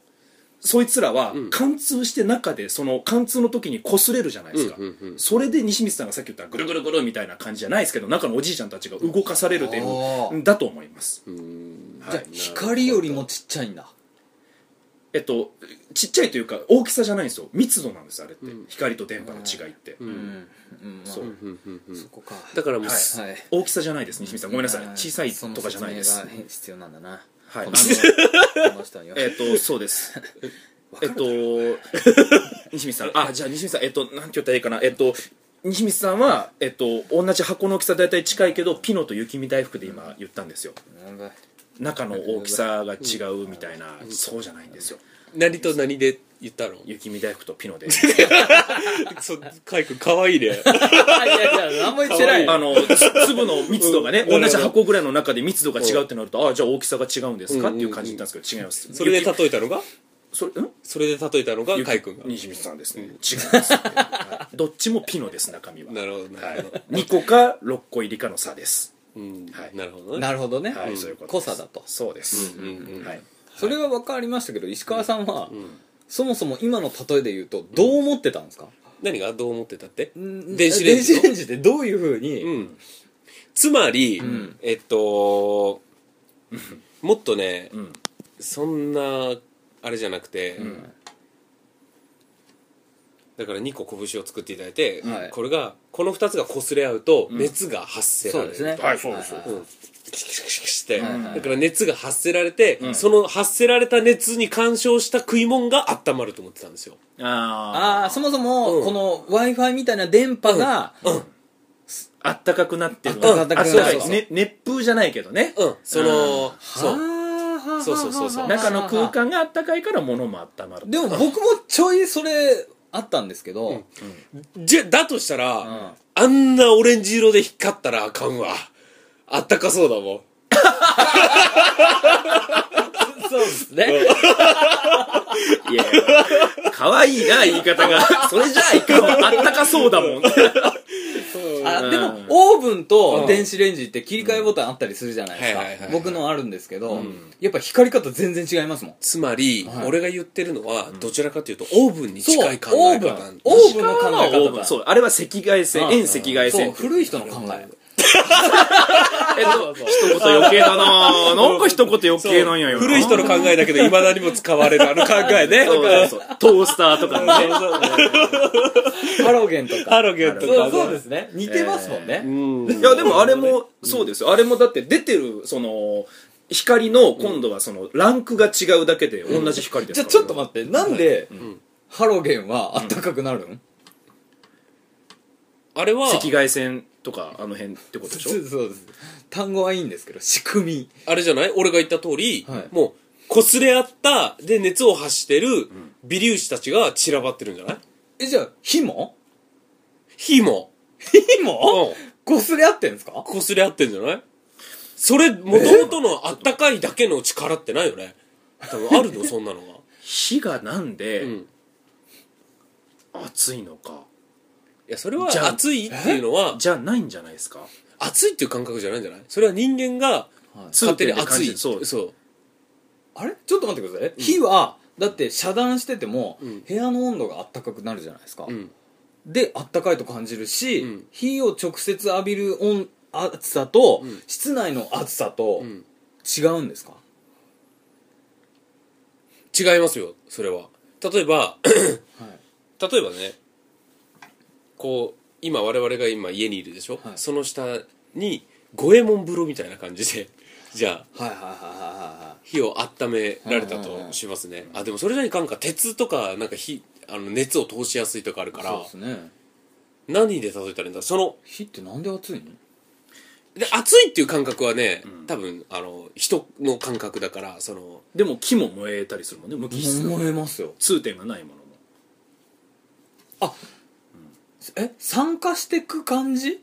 Speaker 3: そいつらは貫通して中でその貫通の時に擦れるじゃないですか、
Speaker 1: うんうんうん
Speaker 3: それで西光さんがさっき言ったぐるぐるぐるみたいな感じじゃないですけど中のおじいちゃんたちが動かされるとい
Speaker 2: あー
Speaker 3: うだと思います、
Speaker 1: うん
Speaker 2: じゃあ光よりもちっちゃいんだ
Speaker 3: えっとちっちゃいというか大きさじゃないんですよ密度なんですあれって、光と電波の違いって、
Speaker 2: うん、うん、
Speaker 3: そう
Speaker 2: ま
Speaker 1: うんうんう
Speaker 2: あ
Speaker 1: ん
Speaker 2: そこか
Speaker 1: だからもう
Speaker 3: はい
Speaker 1: す
Speaker 2: はい
Speaker 3: 大きさじゃないです西光さんごめんなさい
Speaker 2: は
Speaker 3: 小さいとかじゃないです
Speaker 2: その説明が必要なんだな
Speaker 3: はい
Speaker 2: この人この人には
Speaker 3: えっ とそうですえっと西光さんあじゃあ西光さんえっとなんて言ったらいいかなえっと西光さんは、えっと、同じ箱の大きさ大体近いけどピノと雪見大福で今言ったんですよ
Speaker 2: なんだ
Speaker 3: 中の大きさが違うみたいな、そうじゃないんですよ
Speaker 1: 何と何で言ったの
Speaker 3: 雪見大福とピノで
Speaker 1: そうカイ君かわいいね
Speaker 5: あいやいや、あんまり言ってない。
Speaker 3: あのつ粒の密度がね、
Speaker 1: うん
Speaker 3: 同じ箱ぐらいの中で密度が違うってなると、ああじゃあ大きさが違うんですかっていう感じになったんですけど、違います
Speaker 1: それで
Speaker 3: 雪
Speaker 1: 例えたのが
Speaker 3: それうん
Speaker 1: それで例えたのがカイ君が
Speaker 3: 西光さんですね、違います、はいどっちもピノです中身は
Speaker 1: なるほどなるほど
Speaker 3: 2個か6個入りかの差です
Speaker 1: うん
Speaker 3: はい
Speaker 1: なるほどね
Speaker 2: なるほどね、
Speaker 3: はい、
Speaker 2: うん
Speaker 3: そういうこと
Speaker 2: 濃
Speaker 3: です
Speaker 2: さだと
Speaker 3: そうです、
Speaker 1: うんうん
Speaker 3: はい、
Speaker 2: それは分かりましたけど石川さんは、そもそも今の例えで言うとどう思ってたんですか、
Speaker 1: 何がどう思ってたって
Speaker 2: うん
Speaker 1: 電子レンジ
Speaker 2: 電
Speaker 1: の
Speaker 2: 子レンジってどういうふうに、
Speaker 1: うんつまりえっともっとね
Speaker 3: うん
Speaker 1: そんなあれじゃなくて
Speaker 3: ん
Speaker 1: だから2個拳を作っていただいて
Speaker 2: はい
Speaker 1: これがこの2つが擦れ合うと熱が発せら
Speaker 5: そう
Speaker 1: れる
Speaker 5: ですね。
Speaker 3: はいそうです
Speaker 5: はい
Speaker 1: うんキシキシキシキシって、
Speaker 2: はいはい
Speaker 1: だから熱が発せられて、
Speaker 3: ん
Speaker 1: その発せられた熱に干渉した食い物が温まると思ってたんですよ
Speaker 3: あ
Speaker 2: ああそもそも、
Speaker 1: うん
Speaker 2: この w i f i みたいな電波が、
Speaker 3: ああったかくなってる
Speaker 2: あったかくなる
Speaker 3: あそうだ
Speaker 2: そうそう
Speaker 3: ね熱風じゃないけどね、
Speaker 1: うんそのそう
Speaker 2: はあ
Speaker 1: そうそうそうそう
Speaker 3: 中の空間があったかいから物も温まる
Speaker 2: でも僕もちょいそれあったんですけど、
Speaker 1: じゃだとしたら、
Speaker 2: ん
Speaker 1: あんなオレンジ色で光ったらあかんわあったかそうだもん
Speaker 2: そうですね
Speaker 3: いやかわいいな言い方 がそれじゃあいかんわあったかそうだもん
Speaker 2: あ
Speaker 3: うん
Speaker 2: でもオーブンと電子レンジって切り替えボタンあったりするじゃないですか
Speaker 1: うんはいはいはい
Speaker 2: 僕のあるんですけど、やっぱ光り方全然違いますもん
Speaker 1: つまり、
Speaker 2: はい
Speaker 1: 俺が言ってるのはどちらかというとオーブンに
Speaker 2: そう
Speaker 1: 近い考
Speaker 2: オ
Speaker 1: え
Speaker 2: ーブン
Speaker 1: 方
Speaker 2: オーブンの考え方だ
Speaker 3: そうあれは赤外線
Speaker 2: うん
Speaker 3: 遠赤外
Speaker 2: そ
Speaker 3: 線
Speaker 2: う古い人の考え
Speaker 3: えっと一言余計だ ななんか一言余計なんやよな
Speaker 1: 古い人の考えだけどいまだにも使われるあの考えね
Speaker 3: そうそうそうトースターとかね
Speaker 2: ハロゲンとか
Speaker 1: ハロゲンとかね
Speaker 2: そうそうですね似てますもんね、
Speaker 1: うん
Speaker 3: いやでもあれもそうですよあれもだって出てるその光の今度はそのランクが違うだけで同じ光で
Speaker 2: じ
Speaker 3: す
Speaker 2: ゃあ
Speaker 3: から
Speaker 2: ちょっと待ってなんで、ハロゲンはあったかくなるん、
Speaker 1: あれは
Speaker 3: 赤外線とかあの辺ってことでしょ
Speaker 2: そう そうです単語はいいんですけど仕組み
Speaker 1: あれじゃない俺が言った通り、
Speaker 2: はい
Speaker 1: もう、擦れ合った、で、熱を発してる微粒子たちが散らばってるんじゃない
Speaker 2: えじゃあ火も
Speaker 1: 火も、
Speaker 2: 火もこすれ合ってんですか
Speaker 1: 擦れ合ってるんじゃないそれ、もともとのあったかいだけの力ってないよね。多分あるの、そんなのが。
Speaker 3: 火がな
Speaker 1: う
Speaker 3: んで
Speaker 1: ん。
Speaker 3: 熱いのか
Speaker 1: いや、それは
Speaker 3: じゃあ
Speaker 1: 熱いっていうのは、
Speaker 3: じゃないんじゃないですか
Speaker 1: 熱いっていう感覚じゃないんじゃないそれは人間が勝手に熱い。
Speaker 3: そう
Speaker 1: そう。
Speaker 2: あれちょっと待ってください、火はだって遮断してても、部屋の温度があったかくなるじゃないですか、
Speaker 1: うん。
Speaker 2: であったかいと感じるし、
Speaker 1: うん
Speaker 2: 火を直接浴びる温暑さと、室内の暑さと
Speaker 1: ん
Speaker 2: 違うんですか、
Speaker 1: 違いますよ、それは。例えば、例えばねこう今我々が今家にいるでしょ、
Speaker 2: はい
Speaker 1: その下に五右衛門風呂みたいな感じで じゃあ
Speaker 2: はいはいはいはいは
Speaker 1: 火を温められた
Speaker 2: はいはいは
Speaker 1: と
Speaker 2: い
Speaker 1: しますね、あでもそれじゃいかんか鉄とかなんか火あの熱を通しやすいとかあるか
Speaker 2: いはい
Speaker 1: ら
Speaker 2: そうですね
Speaker 1: 何で例えたらいいんだその
Speaker 2: 火ってなんで暑いの
Speaker 1: で熱いっていう感覚はね、多分あの人の感覚だからその
Speaker 3: でも木も燃えたりするもんね無機質
Speaker 2: 燃えますよ
Speaker 3: 通点がないものも
Speaker 2: え酸化してく感じ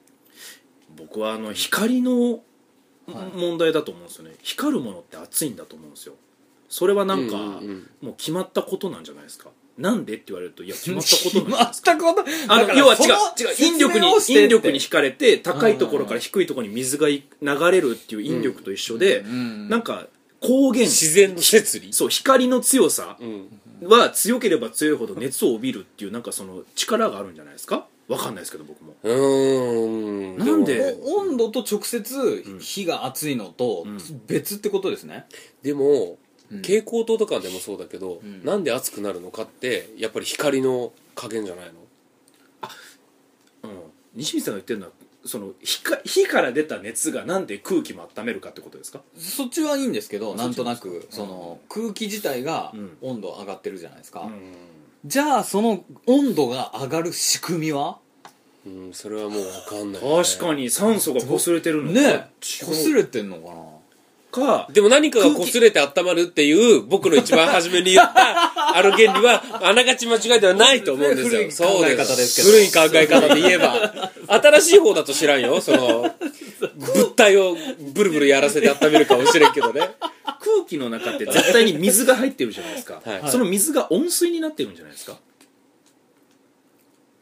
Speaker 3: 僕はあの光の
Speaker 2: はい
Speaker 3: 問題だと思うんですよね、光るものって熱いんだと思うんですよそれはなんか、
Speaker 1: うんうんうん
Speaker 3: もう決まったことなんじゃないですかなんでって言われるといや決まったことなんじゃないですか
Speaker 2: 全くこと
Speaker 3: あの要は違う違う引力に引力に惹かれて高いところ
Speaker 2: うんうん
Speaker 3: か
Speaker 2: う
Speaker 3: ら
Speaker 2: ん
Speaker 3: 低いところに水がい流れるっていう引力と一緒で、なんか光源
Speaker 1: 自然の摂理
Speaker 3: そう光の強さ
Speaker 1: うん
Speaker 3: は強ければ強いほど熱を帯びるっていうなんかその力があるんじゃないですかわかんないですけど僕も
Speaker 1: うーん
Speaker 3: なんで
Speaker 2: お
Speaker 1: も
Speaker 2: 温度と直接火が熱いのと別ってことですね、
Speaker 1: でも、蛍光灯とかでもそうだけど、なんで熱くなるのかってやっぱり光の加減じゃないの
Speaker 3: うん、西光さんが言ってるのはその火か火から出た熱がなんで空気も温めるかってことですか
Speaker 2: そっちはいいんですけどなんとなくその空気自体が
Speaker 3: うん
Speaker 2: 温度上がってるじゃないですか、
Speaker 3: うん
Speaker 2: じゃあその温度が上がる仕組みは
Speaker 1: うんそれはもう分かんない、
Speaker 3: 確かに酸素が擦れてるの
Speaker 2: ねえ
Speaker 3: 違う
Speaker 2: 擦れてんのかな
Speaker 3: か
Speaker 1: でも何かが擦れて温まるっていう、僕の一番初めに 言った、あの原理は、あながち間違いではないと思うんですよ。
Speaker 2: そう
Speaker 1: そう
Speaker 2: 古い考え
Speaker 1: で
Speaker 2: 方です
Speaker 1: す。
Speaker 2: けど
Speaker 1: 古い考え方で言えば。新しい方だと知らんよ。その、物体をブルブルやらせて温めるかもしれんけどね。
Speaker 3: 空気の中って絶対に水が入ってるじゃないですか、
Speaker 1: はい
Speaker 3: その水が温水になってるんじゃないですか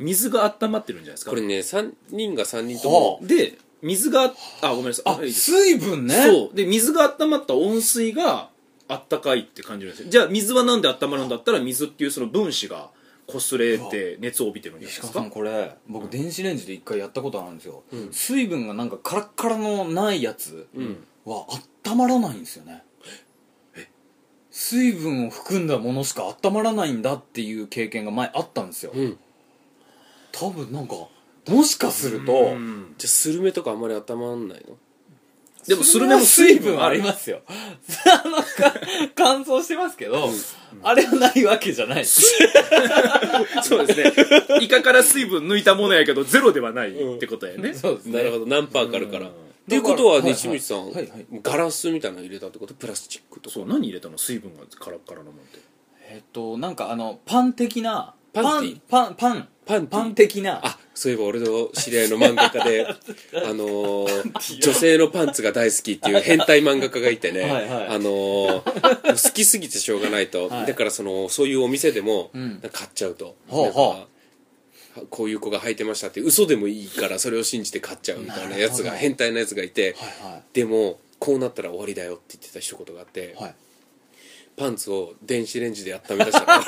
Speaker 3: 水が温まってるんじゃないですか
Speaker 1: これね、3人が3人とも、
Speaker 3: で水があごめんなさ
Speaker 2: あ
Speaker 3: いいいです
Speaker 2: 水分ね
Speaker 3: そうで水が温まった温水があったかいって感じるんですよじゃあ水はなんで温まるんだったら水っていうその分子が擦れて熱を帯びてるんじゃない
Speaker 2: 石
Speaker 3: で
Speaker 2: 川
Speaker 3: す
Speaker 2: さ
Speaker 3: か
Speaker 2: んこれ僕電子レンジで一回やったことあるんですよ、水分がなんかカラッカラのないやつは温まらないんですよね、水分を含んだものしか温まらないんだっていう経験が前あったんですよ、
Speaker 1: うん。
Speaker 2: 多分なんかもしかすると、
Speaker 3: うん
Speaker 1: じゃあスルメとかあんまり温まんないの
Speaker 3: でもスルメも水分あ
Speaker 2: あ
Speaker 3: り
Speaker 2: り
Speaker 3: ま
Speaker 2: ますよ あのか乾燥してますけど、あれはないわけじゃない
Speaker 3: すそうですねイカから水分抜いたものやけどゼロではないってことやね、
Speaker 2: そうですね
Speaker 1: なるほど、何パーかあるから。
Speaker 3: うん
Speaker 1: っていうことは、
Speaker 2: だから
Speaker 1: 西口さん、
Speaker 2: はいはいはい
Speaker 1: ガラスみたいなの入れたってことプラスチックとか。
Speaker 3: そう何入れたの水分がカラッカラなもんって
Speaker 2: えっとなんかあのパン的な
Speaker 1: パンティ
Speaker 2: パンパン
Speaker 1: パンティ
Speaker 2: パン的な
Speaker 1: あそういえば俺の知り合いの漫画 家であのー女性のパンツが大好きっていう変態漫画家がいてね
Speaker 2: はいはい
Speaker 1: あのー好きすぎてしょうがないと、
Speaker 2: はい
Speaker 1: だからそのそういうお店でも、
Speaker 2: うん
Speaker 1: なんか買っちゃうと、
Speaker 2: ほうほ
Speaker 1: なんかこういう子が履いてましたって嘘でもいいからそれを信じて買っちゃうみたいなやつ
Speaker 2: なる
Speaker 1: が
Speaker 2: ほど
Speaker 1: 変態なやつがいて、
Speaker 2: は
Speaker 1: でもこうなったら終わりだよって言ってた一言があって、
Speaker 2: いはいはい
Speaker 1: パンツを電子レンジで温め出したら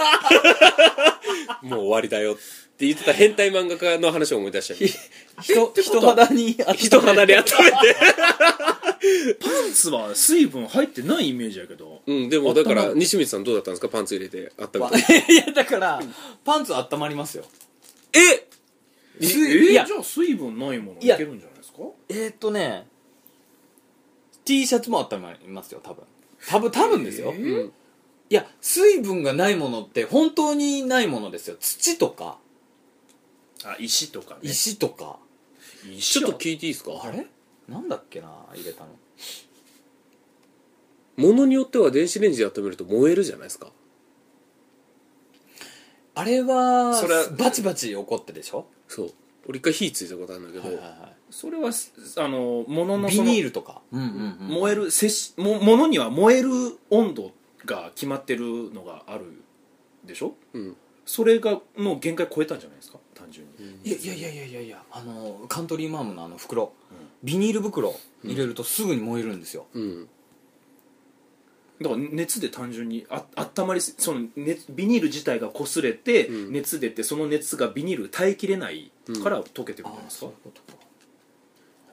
Speaker 1: もう終わりだよって言ってた変態漫画家の話を思い出しちゃう
Speaker 2: 人人肌にあ
Speaker 1: 人離れ温めて
Speaker 3: パンツは水分入ってないイメージやけど
Speaker 1: うんでもだから西光さんどうだったんですかパンツ入れて温めて
Speaker 2: いやだからパンツ温まりますよ
Speaker 1: え
Speaker 3: え
Speaker 2: 水
Speaker 3: ー
Speaker 2: いや
Speaker 3: じゃあ水分ないものい
Speaker 2: いや
Speaker 3: けるんじゃないですか
Speaker 2: えーっとね T シャツも温まりますよ多分多分多分ですよ、いや水分がないものって本当にないものですよ土とか
Speaker 3: あ石とかね
Speaker 2: 石とか
Speaker 3: 石
Speaker 1: ちょ
Speaker 3: は
Speaker 1: っと聞いていいですか
Speaker 2: あれなんだっけな入れたの
Speaker 1: ものによっては電子レンジで温めると燃えるじゃないですか
Speaker 2: あれは
Speaker 1: それは
Speaker 2: バチバチ怒ってでしょ、
Speaker 1: そう俺一回火ついたことあるんだけど、
Speaker 2: はいはいはい
Speaker 3: それはすあの物の
Speaker 2: ビ
Speaker 3: その
Speaker 2: ニールとか、うんうんうん
Speaker 3: 燃える接しも物には燃える温度が決まってるのがあるでしょ
Speaker 1: うん
Speaker 3: それがもう限界超えたんじゃないですか単純に、
Speaker 2: いやいやいやいやいやいやあのカントリーマームのあの袋、ビニール袋入れるとすぐに燃えるんですよ、
Speaker 1: うん
Speaker 3: だから熱で単純にあ温まりすその熱ビニール自体が擦れて、
Speaker 1: うん
Speaker 3: 熱出てその熱がビニール耐えきれないから溶けてくるんじゃないですか、
Speaker 1: だか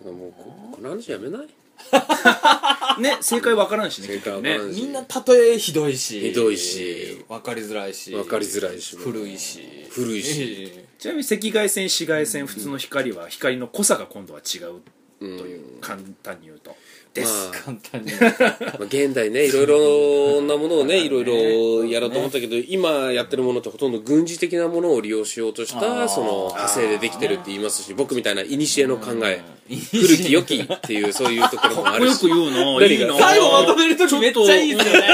Speaker 1: らもうここの話やめない
Speaker 3: ね正解わからんしね
Speaker 1: 正解わからんし
Speaker 3: 結局ね
Speaker 2: みんな例えひどいし
Speaker 1: ひどいし
Speaker 2: 分かりづらいし
Speaker 1: 分かりづらいし
Speaker 2: 古いし
Speaker 1: 古いし
Speaker 2: え
Speaker 3: ちなみに赤外線紫外線普通の光は光の濃さが今度は違う
Speaker 1: と
Speaker 3: という、簡単に言うとです、
Speaker 2: え 簡 単に
Speaker 1: まあ、現代ねいろいろなもの をねいろいろやろうと思ったけど今やってるものってほとんど軍事的なものを利用しようとしたその派生でできてるって言いますし僕みたいな古の考え古き良きっていうそういうところもあるし
Speaker 3: よく言う
Speaker 1: 何が
Speaker 3: ないいな
Speaker 2: 最後まとめるときめっちゃいいですよね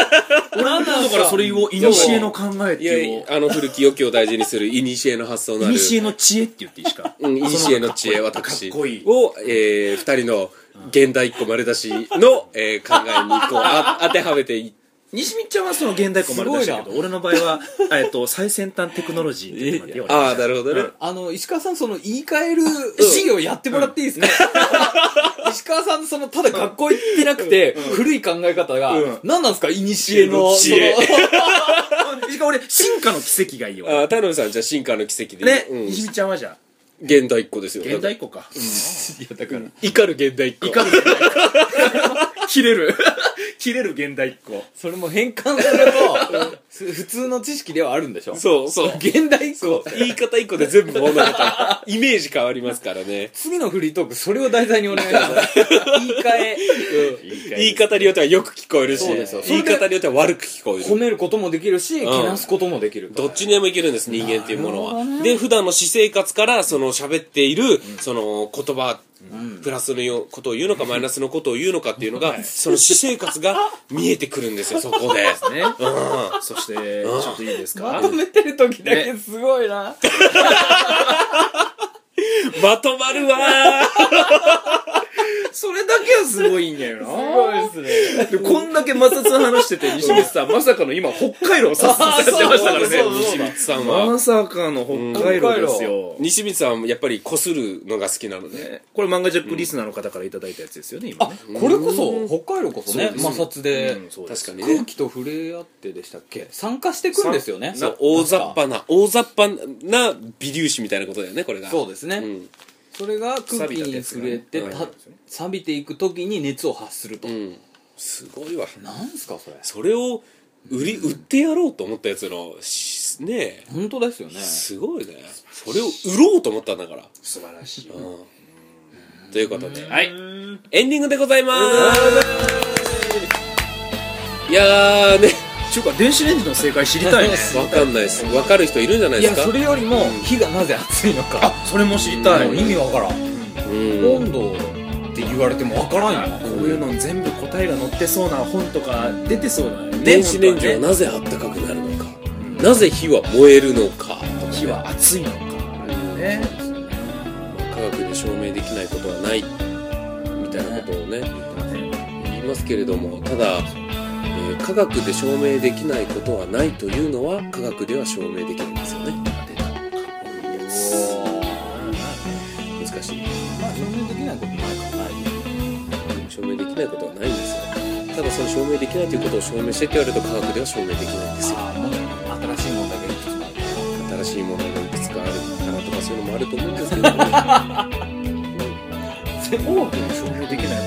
Speaker 3: 俺なんだからそれを「いにしえの考え」って
Speaker 1: いや
Speaker 3: いう
Speaker 1: いやあの古き良きを大事にする古の発想のある
Speaker 3: いにしえの知恵って言っていいしか
Speaker 1: うん、いにしえの知恵私
Speaker 3: かっこいい
Speaker 1: を、えー、二人の現代っ子丸出しの、えー考えにこうあ当てはめてい
Speaker 3: 西見ちゃんはその現代古丸出したけ
Speaker 2: す
Speaker 3: ど俺の場合は、えっと、最先端テクノロジーっていうのが出てこない
Speaker 1: ああなるほどね、
Speaker 2: あの石川さんその言い換える授業やってもらっていいですか、石川さんそのただ学校行ってなくて、古い考え方が、
Speaker 3: うん
Speaker 2: 何なんですか古の
Speaker 1: 知恵
Speaker 2: その
Speaker 3: しかも俺進化の奇跡がいいよ
Speaker 1: ああ田辺さんじゃあ進化の奇跡で
Speaker 3: ね
Speaker 1: うん、
Speaker 3: 西見ちゃんはじゃあ
Speaker 1: 現代っ子ですよ
Speaker 3: 現代古か
Speaker 2: いやだから、
Speaker 1: 怒る現代っ子
Speaker 3: 怒る現代古切れる切れる現代っ子
Speaker 2: それも変換するとす普通の知識ではあるんでしょ
Speaker 1: そう そう
Speaker 2: 現代以降
Speaker 1: 言い方一個で全部物語イメージ変わりますからね、
Speaker 2: 次のフリートークそれを題材にお願いします 言い換え
Speaker 1: 言い方によってはよく聞こえるし
Speaker 2: そうですよ
Speaker 1: 言い方によっては悪く聞こえ
Speaker 2: 褒
Speaker 1: る
Speaker 2: めることもできるし、
Speaker 1: ん
Speaker 2: けなすこともできる
Speaker 1: どっちにでもいけるんです人間っていうものは、で普段の私生活からその喋っている、その言葉、プラスのよことを言うのかマイナスのことを言うのかっていうのが、その私生活が見えてくるんですよそこで
Speaker 3: ね、そしてちょっといいですか
Speaker 2: 褒めてる時だけすごいな、
Speaker 1: まとまるわ
Speaker 3: それだけはすごいんだよ
Speaker 2: すごいですね
Speaker 3: なでこんだけ摩擦話してて西光さんまさかの今北海道をさっさとやってましたからね
Speaker 1: ー西光さんは
Speaker 3: まさかの北海道ですよ、
Speaker 1: 西光さんはやっぱりこするのが好きなので、
Speaker 3: これ漫画ジャックリスナーの方からいただいたやつですよね今ね
Speaker 2: これこそ北海道こそね
Speaker 1: そうです
Speaker 2: 摩擦で、
Speaker 3: うんそうです
Speaker 1: 確かに
Speaker 2: 空
Speaker 1: ね
Speaker 2: 気と触れ合ってでしたっけ酸化してくんですよね
Speaker 1: そう大雑把な大雑把な微粒子みたいなことだよねこれが
Speaker 2: そうですね、
Speaker 1: うん
Speaker 2: それが空気に触れて
Speaker 3: 錆びた鉄がね
Speaker 2: た錆びていく時に熱を発すると、
Speaker 1: うんすごいわ
Speaker 2: なんすかそれ
Speaker 1: それを売り売ってやろうと思ったやつのしね
Speaker 2: 本当ですよね
Speaker 1: えすごいねそれを売ろうと思ったんだから
Speaker 3: 素晴らしい
Speaker 1: ということではいエンディングでございますいやーね
Speaker 3: ちゅうか電子レンジの正解知りた いね
Speaker 1: わかんないですわかる人いるんじゃない
Speaker 2: い
Speaker 1: で
Speaker 2: や
Speaker 1: すか
Speaker 2: それよりも火がなぜ熱いのか、
Speaker 3: それも知りたい
Speaker 2: もう意味わからん、
Speaker 1: うん
Speaker 2: 温度って言われてもわからんよな
Speaker 3: こういうの全部答えが載ってそうな本とか出てそうだね
Speaker 1: 電子レンジはなぜあったかくなるのかなぜ火は燃えるのか
Speaker 3: 火は熱いのかね
Speaker 1: 科学で証明できないことはないみたいなことをね言いますけれどもただ、えー科学で証明できないことはないというのは科学では証明できないんですよね難しい
Speaker 2: まあ証明できないことないからない
Speaker 1: 証明できないことはないんですよただその証明できないということを証明してって言われると科学では証明できないんですよ
Speaker 2: ああもう新しい問題がいくつもある
Speaker 1: 新しいものがいくつかあるからとかそういうのもあると思うんですけども
Speaker 3: 科学に証明できない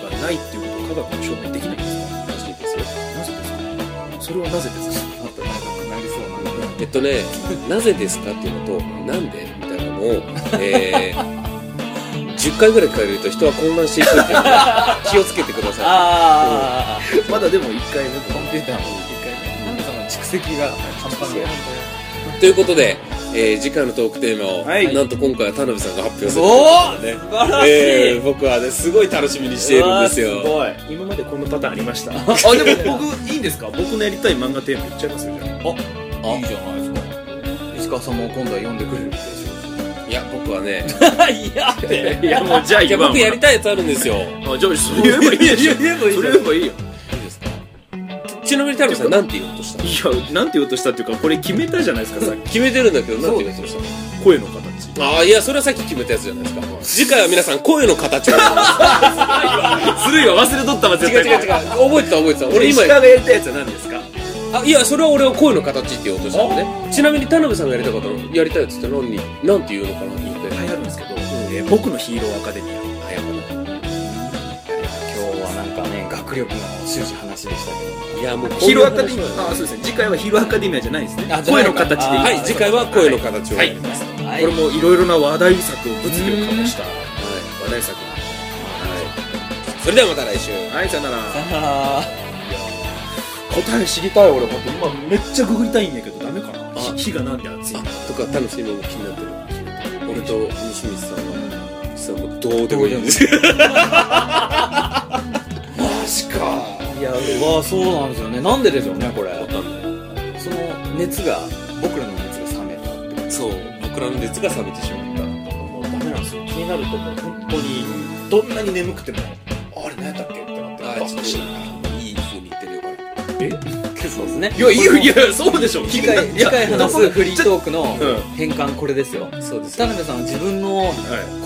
Speaker 3: ことがないっていうことを科学に証明できないんですから
Speaker 1: しいですよ
Speaker 3: なぜですかそれはなぜですか
Speaker 2: もっと長くなりそうなんだ
Speaker 1: えっとね、なぜですかっていうのと、なんでみたいなのを、えー、10回ぐらい変えると人は混乱していくっていう ので、気をつけてくださ
Speaker 2: ああ
Speaker 3: まだでも一回目
Speaker 2: コンピューターも一回なんかその蓄積が半端ない
Speaker 1: い。ということで、えー次回のトークテーマを、
Speaker 3: はい
Speaker 1: なんと今回は田辺さんが発表する
Speaker 2: おお
Speaker 1: というこ
Speaker 2: 素
Speaker 1: とでね
Speaker 2: 晴らしい
Speaker 1: えー僕はね、すごい楽しみにしているんですよ。
Speaker 3: おい今までこのパターンありました
Speaker 2: あでも
Speaker 3: 僕いいんですか僕のやりたい漫画テーマ言っちゃいますよじゃ
Speaker 2: いいじゃないですか石川さんも今度は呼んでくれるでし
Speaker 1: いや、僕はね、
Speaker 2: ょいやって
Speaker 3: あいやもうじゃあ
Speaker 1: いや、僕やり
Speaker 3: た
Speaker 1: たいやつあるんですよ。い
Speaker 3: いじゃあそれ言えばいいでし
Speaker 2: 言え
Speaker 3: ょ
Speaker 2: ばいいじゃん
Speaker 3: それ言えばいいよ
Speaker 1: いですかちなみに田辺さん、なんて言おうとした
Speaker 3: いやなんて言おうとしたっていうかこれ決めたじゃないですかさっき
Speaker 1: 決めてるんだけど、なんて言おうとした
Speaker 3: 声の形
Speaker 1: ああ、いや、それはさっき決めたやつじゃないですか。次回は皆さん、声の形 を。
Speaker 3: ずるいわ忘れとったわ
Speaker 1: 違う違う違う覚えてた覚えてた俺
Speaker 3: 俺
Speaker 1: 今
Speaker 3: 今がやりたいやつは何ですか
Speaker 1: あいやそれは俺は声の形って言おうとしたのねちなみに田辺さんがやりたかったのやりたいやつって何になんて言うのかなと思って
Speaker 3: 流行るんですけど、えー僕のヒーローアカデミア
Speaker 1: 早くない
Speaker 2: 今日はなんかね学力の終始話でしたけど
Speaker 1: いやもうこう
Speaker 3: ヒ
Speaker 1: い
Speaker 3: ー
Speaker 1: う
Speaker 3: ロー
Speaker 1: 話
Speaker 3: アカデミアあそうですね次回はヒーローアカデミアじゃないですね
Speaker 2: あじゃな
Speaker 3: 声
Speaker 2: いか
Speaker 3: の形でいい
Speaker 2: あ
Speaker 1: はい次回は声の形を
Speaker 3: はい
Speaker 1: はい
Speaker 2: は
Speaker 3: これもいろいろな話題作を物議を醸した話題作
Speaker 1: それではまた来週
Speaker 3: はいさよなら
Speaker 2: さよなら
Speaker 3: 答え知りたい俺本当今めっちゃググりたいんだけどダメかな
Speaker 1: あ
Speaker 3: 火がなんで熱いの
Speaker 1: とか楽しいのも気になってる俺と西光さんは実はもうどうでもいいんです
Speaker 2: マジかいやうわそうなんですよねなんででしょうねこれその熱が僕らの熱が冷めたって
Speaker 1: そう僕らの熱が冷めてしまった
Speaker 3: もうダメなんですよ気になるともう本当にどんなに眠くてもあれ何やったっけってなって
Speaker 1: あ
Speaker 3: バッとし
Speaker 1: いい風に言ってるよこれ
Speaker 2: そうですね
Speaker 3: いやいやいやそうでしょ
Speaker 2: 次回次回話すフリー
Speaker 3: ー
Speaker 2: トークの
Speaker 3: うん
Speaker 2: 変換これですよ
Speaker 1: そうです
Speaker 2: 田辺さんは自分の
Speaker 3: は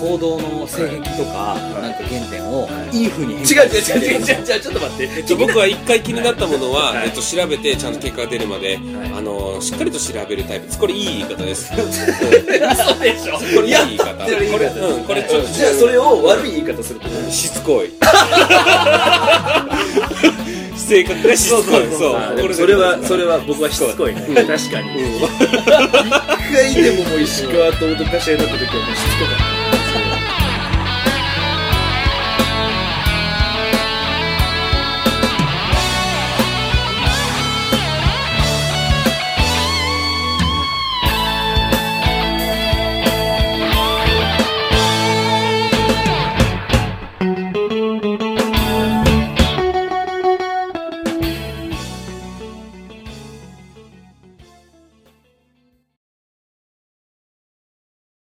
Speaker 2: 行動の性癖とか、なんか原点をいい風に変
Speaker 3: い
Speaker 2: 換
Speaker 3: 違う違
Speaker 2: してあ
Speaker 3: う
Speaker 2: げ
Speaker 3: 違う
Speaker 2: る
Speaker 3: 違う違うちょっと待って
Speaker 1: じゃあ僕は一回気になったものは、
Speaker 3: はい
Speaker 1: えっと、調べてちゃんと結果が出るまで、
Speaker 3: い
Speaker 1: あのしっかりと調べるタイプですこれいい言い方ですこ
Speaker 3: 嘘でしょ
Speaker 1: れいい言い方
Speaker 2: やってる言い
Speaker 1: こ
Speaker 2: 方
Speaker 1: れ,、
Speaker 2: ですね
Speaker 1: うん、これちょっと
Speaker 3: じゃあ それを悪い言い方すると
Speaker 1: しつこいし性格がしつこい
Speaker 3: あ
Speaker 1: そ
Speaker 3: ー
Speaker 1: う
Speaker 3: で
Speaker 1: こ
Speaker 3: も
Speaker 1: れ
Speaker 3: それはそれは僕はしつこいね確 かに一回でももう石川と音かしらになった時はもうしつこかった